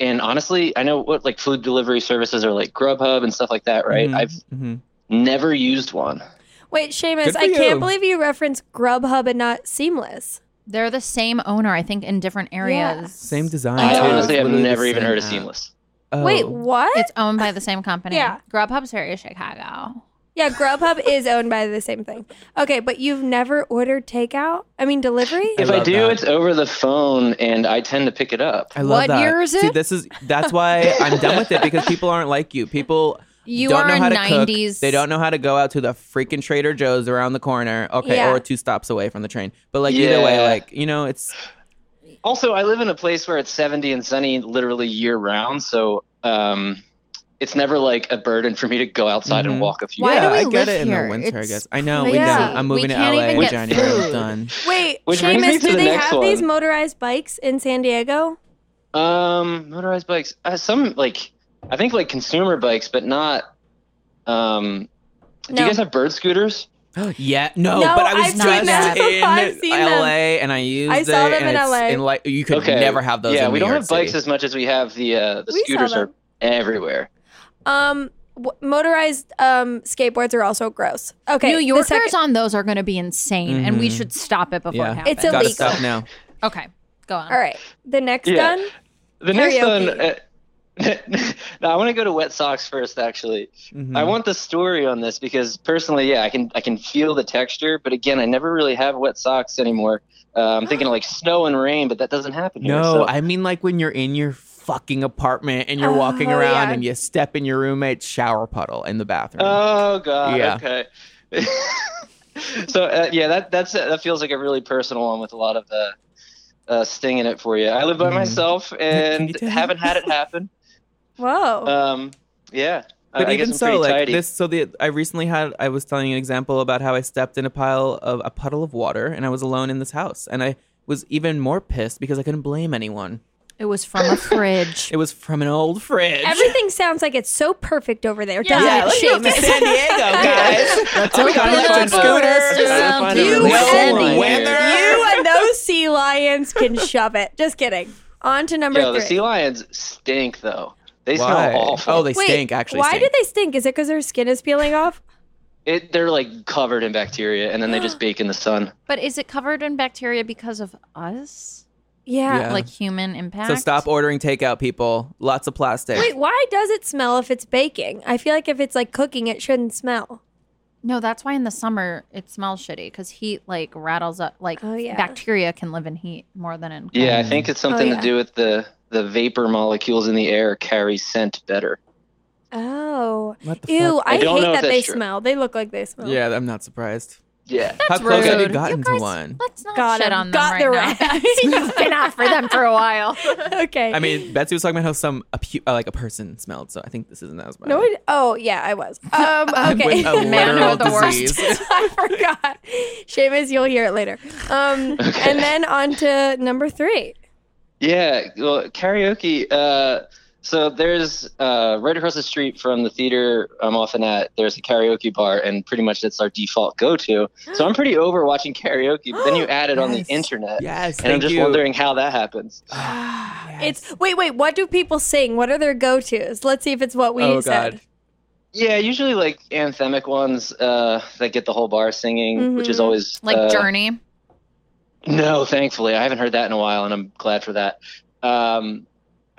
and honestly, I know what like food delivery services are like Grubhub and stuff like that, right? Mhm, I've mhm. never used one. Wait, Good Seamus, for I you. can't believe you referenced Grubhub and not Seamless. They're the same owner, I think, in different areas. Same design. I too. honestly have Literally the never even same heard of app. Seamless. Oh. Wait, what? It's owned by the same company. Yeah. Grubhub's here in Chicago. yeah, Grubhub is owned by the same thing. Okay, but you've never ordered takeout? I mean delivery? I If I love do, that. it's over the phone, and I tend to pick it up. I love What that. year is See, it? this is that's why I'm done with it because people aren't like you. People You don't are know how a to cook. 90s. They don't know how to go out to the freaking Trader Joe's around the corner. Okay, Yeah. or two stops away from the train. But like either way, Yeah. like you know, it's Also, I live in a place where it's 70 and sunny literally year round, so um, it's never like a burden for me to go outside Mhm. and walk a few. Why yeah, do we I get live it in here? the winter. It's I guess I know we crazy. don't. I'm We moving to can't LA even in get January. I'm food. done. Wait, Which brings me Seamus, to do the they next have these one. motorized bikes in San Diego? Um, motorized bikes. Uh, some like I think like consumer bikes, but not. Um, Do No. you guys have bird scooters? Yeah, no, No, but I was I've seen them. just in I've seen them. LA and I used I saw it, them and in it's LA. In like you could Okay, never have those. yeah, in we New don't York have bikes City. as much as we have the uh, the We saw scooters are them. everywhere. Um, w- motorized um skateboards are also gross. Okay, New the Yorkers second- on those are going to be insane, and we Mhm. should stop it before Yeah. it happens. It's a- Gotta illegal. stop now. okay, go on. All right, the next Yeah. done. The next one. Karaoke. Uh, no, I want to go to wet socks first. Actually, Mhm. I want the story on this because personally, yeah, I can I can feel the texture, but again, I never really have wet socks anymore. Uh, I'm thinking of like snow and rain, but that doesn't happen here. No, so- I mean like when you're in your fucking apartment and you're walking Oh, around yeah. and you step in your roommate's shower puddle in the bathroom. Oh god. Yeah. Okay. so uh, yeah, that that's that feels like a really personal one with a lot of uh, uh, stinging it for you. I live by Mm. myself can you and tell? haven't had it happen. Whoa. Um, yeah. Oh. I- But I guess even I'm so, pretty like tidy. this, so the I recently had I was telling you an example about how I stepped in a pile of a puddle of water and I was alone in this house and I was even more pissed because I couldn't blame anyone. It was from a fridge. It was from an old fridge. Everything sounds like it's so perfect over there, doesn't yeah, it, let's go to Seamus? San Diego, guys. Let's Oh my open God, it I'm up on for us scooters. to I'm some finding you really No San Diego. weather. You and those sea lions can shove it. Just kidding. On to number Yo, the three. sea lions stink though. They Why? smell awful. Oh, they Wait, stink. Actually, why stink. do they stink? Is it because their skin is peeling off? It, they're like covered in bacteria, and then they just bake in the sun. But is it covered in bacteria because of us? Yeah. Yeah. Like human impact? So stop ordering takeout, people. Lots of plastic. Wait, why does it smell if it's baking? I feel like if it's like cooking, it shouldn't smell. No, that's why in the summer it smells shitty because heat like rattles up. Like Oh, yeah. bacteria can live in heat more than in cold. Yeah, I think it's something yeah. to do with the the vapor molecules in the air carry scent better. Oh. What the Ew, fuck? I, I don't hate know if that they that's true. smell. They look like they smell. Yeah, I'm not surprised. Yeah. How close have you rude. gotten You to guys- one? Let's not Got shit him. on them Got right the now. rats. You've been out for them for a while. okay. I mean, Betsy was talking about how some a pu- uh, like a person smelled, so I think this isn't as bad. no, it, oh yeah, I was. Um, okay. With a Man literal with the worst. disease. I forgot. Seamus, you'll hear it later. Um, And then on to number three. Yeah, well, karaoke. Uh, so there's uh, right across the street from the theater I'm often at. There's a karaoke bar, and pretty much that's our default go-to. So I'm pretty over watching karaoke. But then you add it on the Yes. internet, Yes, and I'm thank just you. wondering how that happens. It's wait, wait. What do people sing? What are their go-tos? Let's see if it's what we oh said. god, Yeah, usually like anthemic ones uh, that get the whole bar singing, which is Mhm. always Like uh, Journey. No, thankfully, I haven't heard that in a while, and I'm glad for that. Um,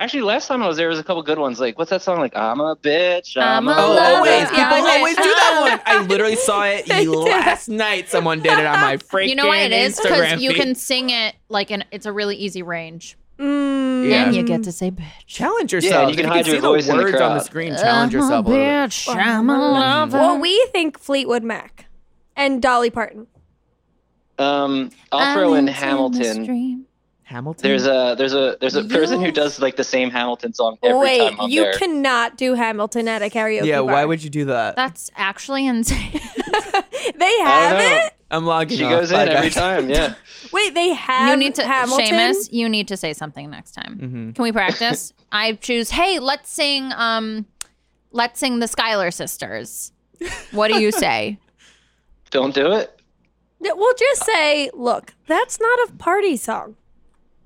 actually, last time I was there was a couple good ones. Like, what's that song? Like, I'm a bitch. I'm I'm, a a Oh, Love always. it. People Yeah, okay. always do that one. I literally saw it last night. Someone did it on my freaking You know why it is? Instagram Because you feed. can sing it like an, it's a really easy range. Mm, Yeah. And you get to say bitch. challenge you yourself. If can Um, you hide see your the voice in the words on the crowd. screen. Challenge I'm a yourself a little bit. bitch. I'm a lover. Well, we think Fleetwood Mac and Dolly Parton. Um, I'll I'm throw in into the Hamilton. stream. Hamilton. There's a there's a there's a person who You- does like the same Hamilton song every wait, time I'm you there. cannot do Hamilton at a karaoke yeah. bar. Why would you do that? That's actually insane. they I don't have know. it? I'm logging. She off. goes Bye, in every guys. time. Yeah. Wait, they have you need to, Hamilton. Seamus, you need to say something next time. Mhm. Can we practice? I choose, hey, let's sing, um, let's sing the Skylar sisters. What do you say? Don't do it. Th- We'll just say, look, that's not a party song.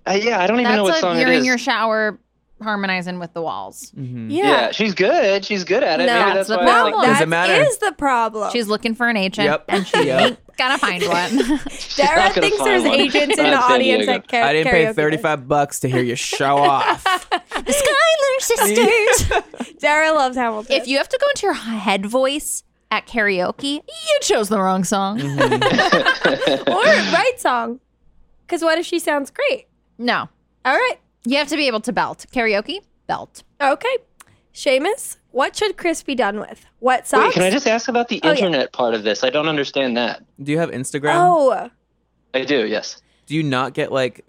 Uh, yeah, I don't even know what That's song like it you're in is. your shower harmonizing with the walls. Mhm. Mm. yeah. Yeah. she's good. She's good at it. No, Maybe that's that's why. the I No, like, problem. Does that it is matter? the problem. She's looking for an agent Yep. and she Yep. gotta find one. she's Dara not gonna thinks find there's one. agents in Not the San audience Diego. at karaoke. I didn't pay bars. 35 bucks to hear you show off. Skylar sisters. Dara loves Hamilton. if you have to go into your head voice at karaoke, you chose the wrong song. Mm-hmm. or right song, because what if she sounds great? No. All right, You have to be able to belt. Karaoke, belt. okay. Seamus, what should Chris be done with? What socks? Wait, can I just ask about the Oh, yeah. internet part of this? I don't understand that. Do you have Instagram? oh, I do, yes. Do you not get like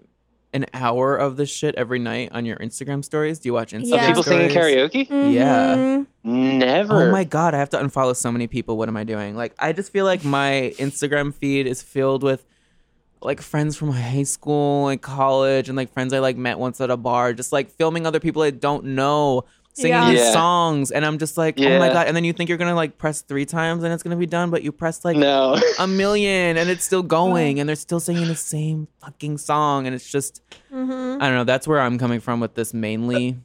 an hour of this shit every night on your Instagram stories? Do you watch Instagram Yeah. People singing stories? karaoke? Yeah. mhm. Mm. Never. Oh my god, I have to unfollow so many people. What am I doing? Like I just feel like my Instagram feed is filled with like friends from high school and college and like friends I like met once at a bar, just like filming other people I don't know singing Yeah. these Yeah. songs and I'm just like, "Oh my Yeah. god." And then you think you're going to like press 3 times and it's going to be done, but you press like No. a million and it's still going and they're still singing the same fucking song and it's just I don't know, that's where I'm coming from with this mainly.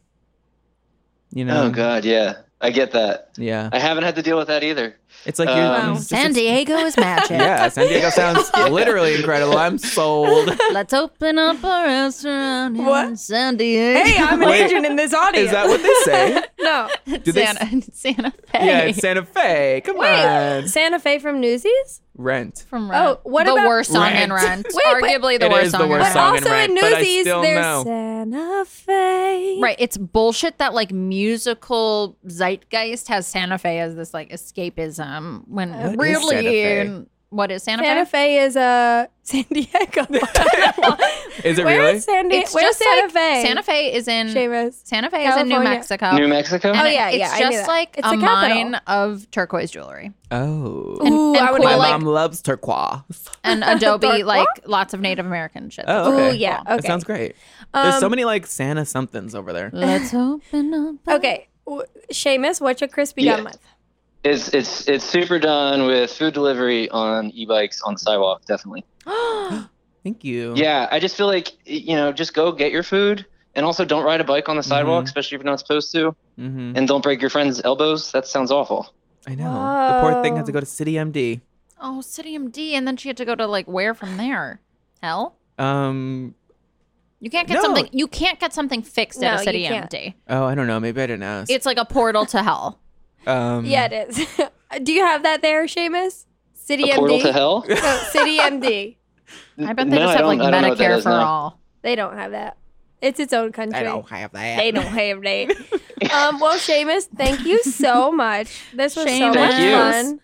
You know. Oh god, yeah. I get that. Yeah. I haven't had to deal with that either. It's like Um, you're it's just San Diego is magic. Yeah, San Diego sounds literally incredible. I'm sold. Let's open up a restaurant in What? San Diego. Hey, I'm an Wait, agent in this audience. Is that what they say? no. Do they? Santa, Santa Fe. Yeah, it's Santa Fe. Come on, Santa Fe from Newsies? Rent. from Oh, Rent. what the about- worst song in Rent. Rent? Wait, but- Arguably the It worst is the song. in worst But Rent. song in also in Rent, but I Newsies, still there's know. Santa Fe. Right, it's bullshit that like musical zeitgeist has Santa Fe as this like escapism when What is really Santa Fe? in- what is Santa, Santa Fe? Fe is uh, San Diego. Is it Where really? is Sandy? It's Where's just Santa like Fe? Santa Fe is in Chavez. Santa Fe is in California. New Mexico. New Mexico? And Oh, yeah, it's yeah, I knew just that. like It's a the capital. mine of turquoise jewelry oh. and, Ooh, and I would cool, My like, mom loves turquoise. and adobe, like lots of Native American shit. Oh, okay. Ooh, yeah. That okay. sounds great. There's so many like Santa somethings over there. Let's open up. Okay, w- Seamus, what's your crispy Yeah. gum with? It's it's it's super done with food delivery on e-bikes on the sidewalk, definitely. Thank you. Yeah, I just feel like you know, just go get your food, and also don't ride a bike on the sidewalk, especially if you're not supposed to, hmm and don't break your friend's elbows. That sounds awful. I know. The poor thing had to Whoa. go to City MD. Oh, City MD, and then she had to go to like where from there? Hell, Um. you can't get No. something. You can't get something fixed No, at a you City can't. MD. Oh, I don't know. Maybe I didn't ask. It's like a portal to hell. um, Yeah, it is. Do you have that there, Seamus? City A portal to MD. hell? No, City MD. I bet they No, just I have like don't- I don't know what that Medicare is for now. all. They don't have that. It's its own country. I don't have that. They don't have that. um, well, Seamus, thank you so much. This was so Seamus. much Thank you. fun.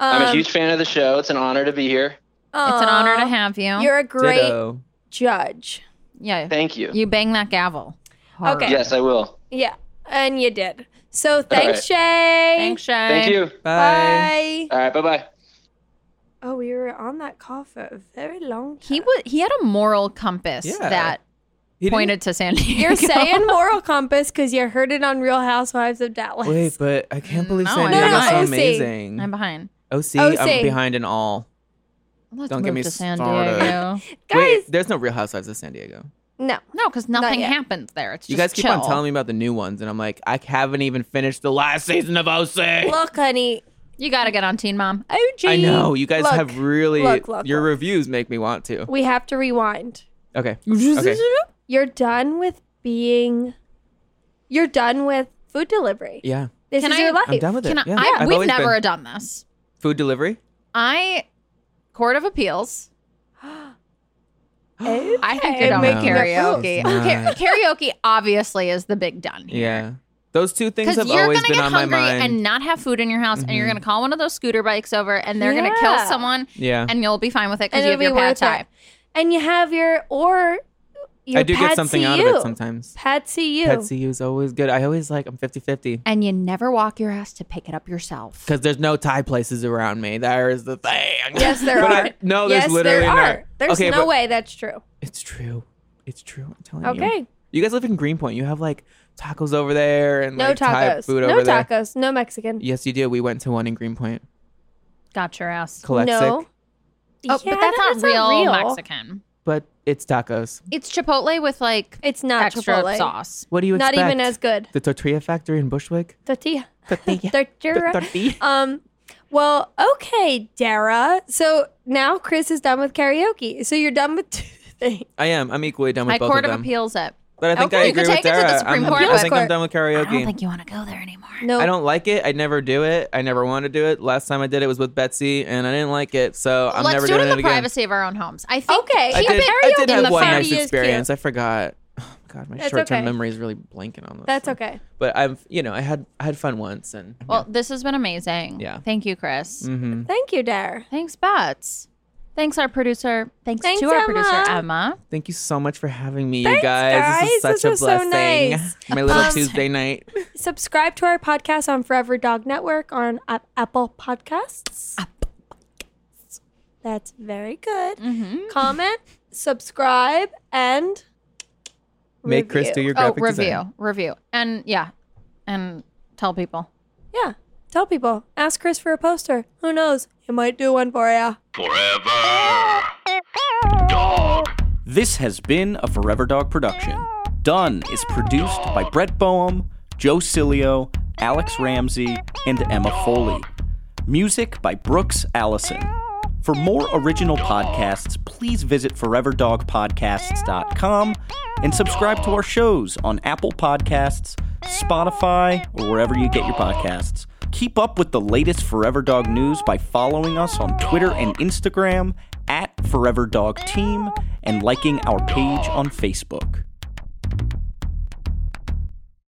I'm a Um, huge fan of the show. It's an honor to be here. It's an honor aw, to have you. You're a great Ditto. judge. yeah, Thank you. you bang that gavel. Hard. Okay. Yes, I will. Yeah, and you did. So thanks, right. Shay. Thanks, Shay. Thank you. Bye. Bye. All right, bye bye. Oh, we were on that call for a very long time. He was. He had a moral compass Yeah. that He didn't- pointed to San Diego. You're saying moral compass because you heard it on Real Housewives of Dallas. Wait, but I can't believe No, San I Diego's know. so OC. amazing. I'm behind. OC, OC. I'm behind in all. Let's Don't move get me to San started. Diego. Guys- Wait, there's no Real Housewives of San Diego. No. No, because nothing yet. happens there. It's You just guys keep on chill. telling me about the new ones, and I'm like, I haven't even finished the last season of OC. Look, honey. You got to get on Teen Mom. Oh, gee. I know you guys Look, have really look, look, your look. reviews make me want to. We have to rewind. Okay. okay. You're done with being. You're done with food delivery. Yeah. This Can is I- your life. I'm done with it. Can I? yeah. I I've we've always never been- done this. food delivery. I Court of Appeals. I think Okay, you're done with making up karaoke. rules. Ka- karaoke obviously is the big done. Yeah. Those two things Because have you're always gonna been get on my hungry mind. Mm-hmm. and not have food in your house, and you're gonna call one of those scooter bikes over, and they're gonna Yeah. kill someone, yeah. and you'll be fine with it And because you it'll have your be pad worth thai. it. And you have your or. Your I do get something out of Patsy U. it sometimes. Patsy U. Pet CU is always good. I always like I'm 50-50 And you never walk your ass to pick it up yourself. because there's no Thai places around me. There is the thing. Yes, there But I- are. no, there's yes, literally there not. are. There's Okay, no but- way that's true. It's true. It's true. I'm telling you. Okay. You guys live in Greenpoint. You have like tacos over there and No like Thai tacos. food no over there. tacos. No Mexican. Yes, you do. We went to one in Greenpoint. Got your ass. Calexic. No. Oh, Yeah, but that's that not is real, Mexican. But it's tacos. It's Chipotle with like It's not extra Chipotle. sauce. What do you Not expect? even as good. The tortilla factory in Bushwick? Tortilla. Tortilla. Tortilla. Tortilla. Um. Well, okay, Dara. So now Chris is done with karaoke. So you're done with two things. I am. I'm equally done with I both Court of of them. Appeals it. But I think Okay. I You can agree with take it to the Dara. Supreme I'm, Court. I think I'm Court. done with karaoke. I don't think you want to go there anymore. No. I don't like it. I never do it. I never want to do it. Last time I did it was with Betsy, and I didn't like it, so I'm Let's never do it in doing the again. privacy of our own homes. I think. Okay. I Yeah, did. I did karaoke in have the one party nice is experience. I forgot. Oh my god, my That's short-term okay. memory is really blanking on this. That's one. okay. But I've, you know, I had I had fun once, and Well, this has been amazing. Yeah. Thank you, Chris. Mhm. Thank you, Dara. Thanks, Bats. Thanks, our producer. Thanks, Thanks, to our Emma. producer, Emma. thank you so much for having me, you guys. This guys. is such This a was so blessing. nice. My little blessing. Tuesday night. Subscribe to our podcast on Forever Dog Network on Ap- Apple Podcasts. That's very good. Mm-hmm. Comment, subscribe, and Make Chris review. do your Oh, graphic review, design. review, and yeah, and tell people. Yeah. Tell people. Ask Chris for a poster. Who knows? He might do one for ya. Forever. Dog. This has been a Forever Dog production. Done is produced by Brett Boehm, Joe Cilio, Alex Ramsey, and Emma Foley. Music by Brooks Allison. For more original podcasts, please visit foreverdogpodcasts.com and subscribe to our shows on Apple Podcasts, Spotify, or wherever you get your podcasts. Keep up with the latest Forever Dog news by following us on Twitter and Instagram at Forever Dog Team and liking our page on Facebook.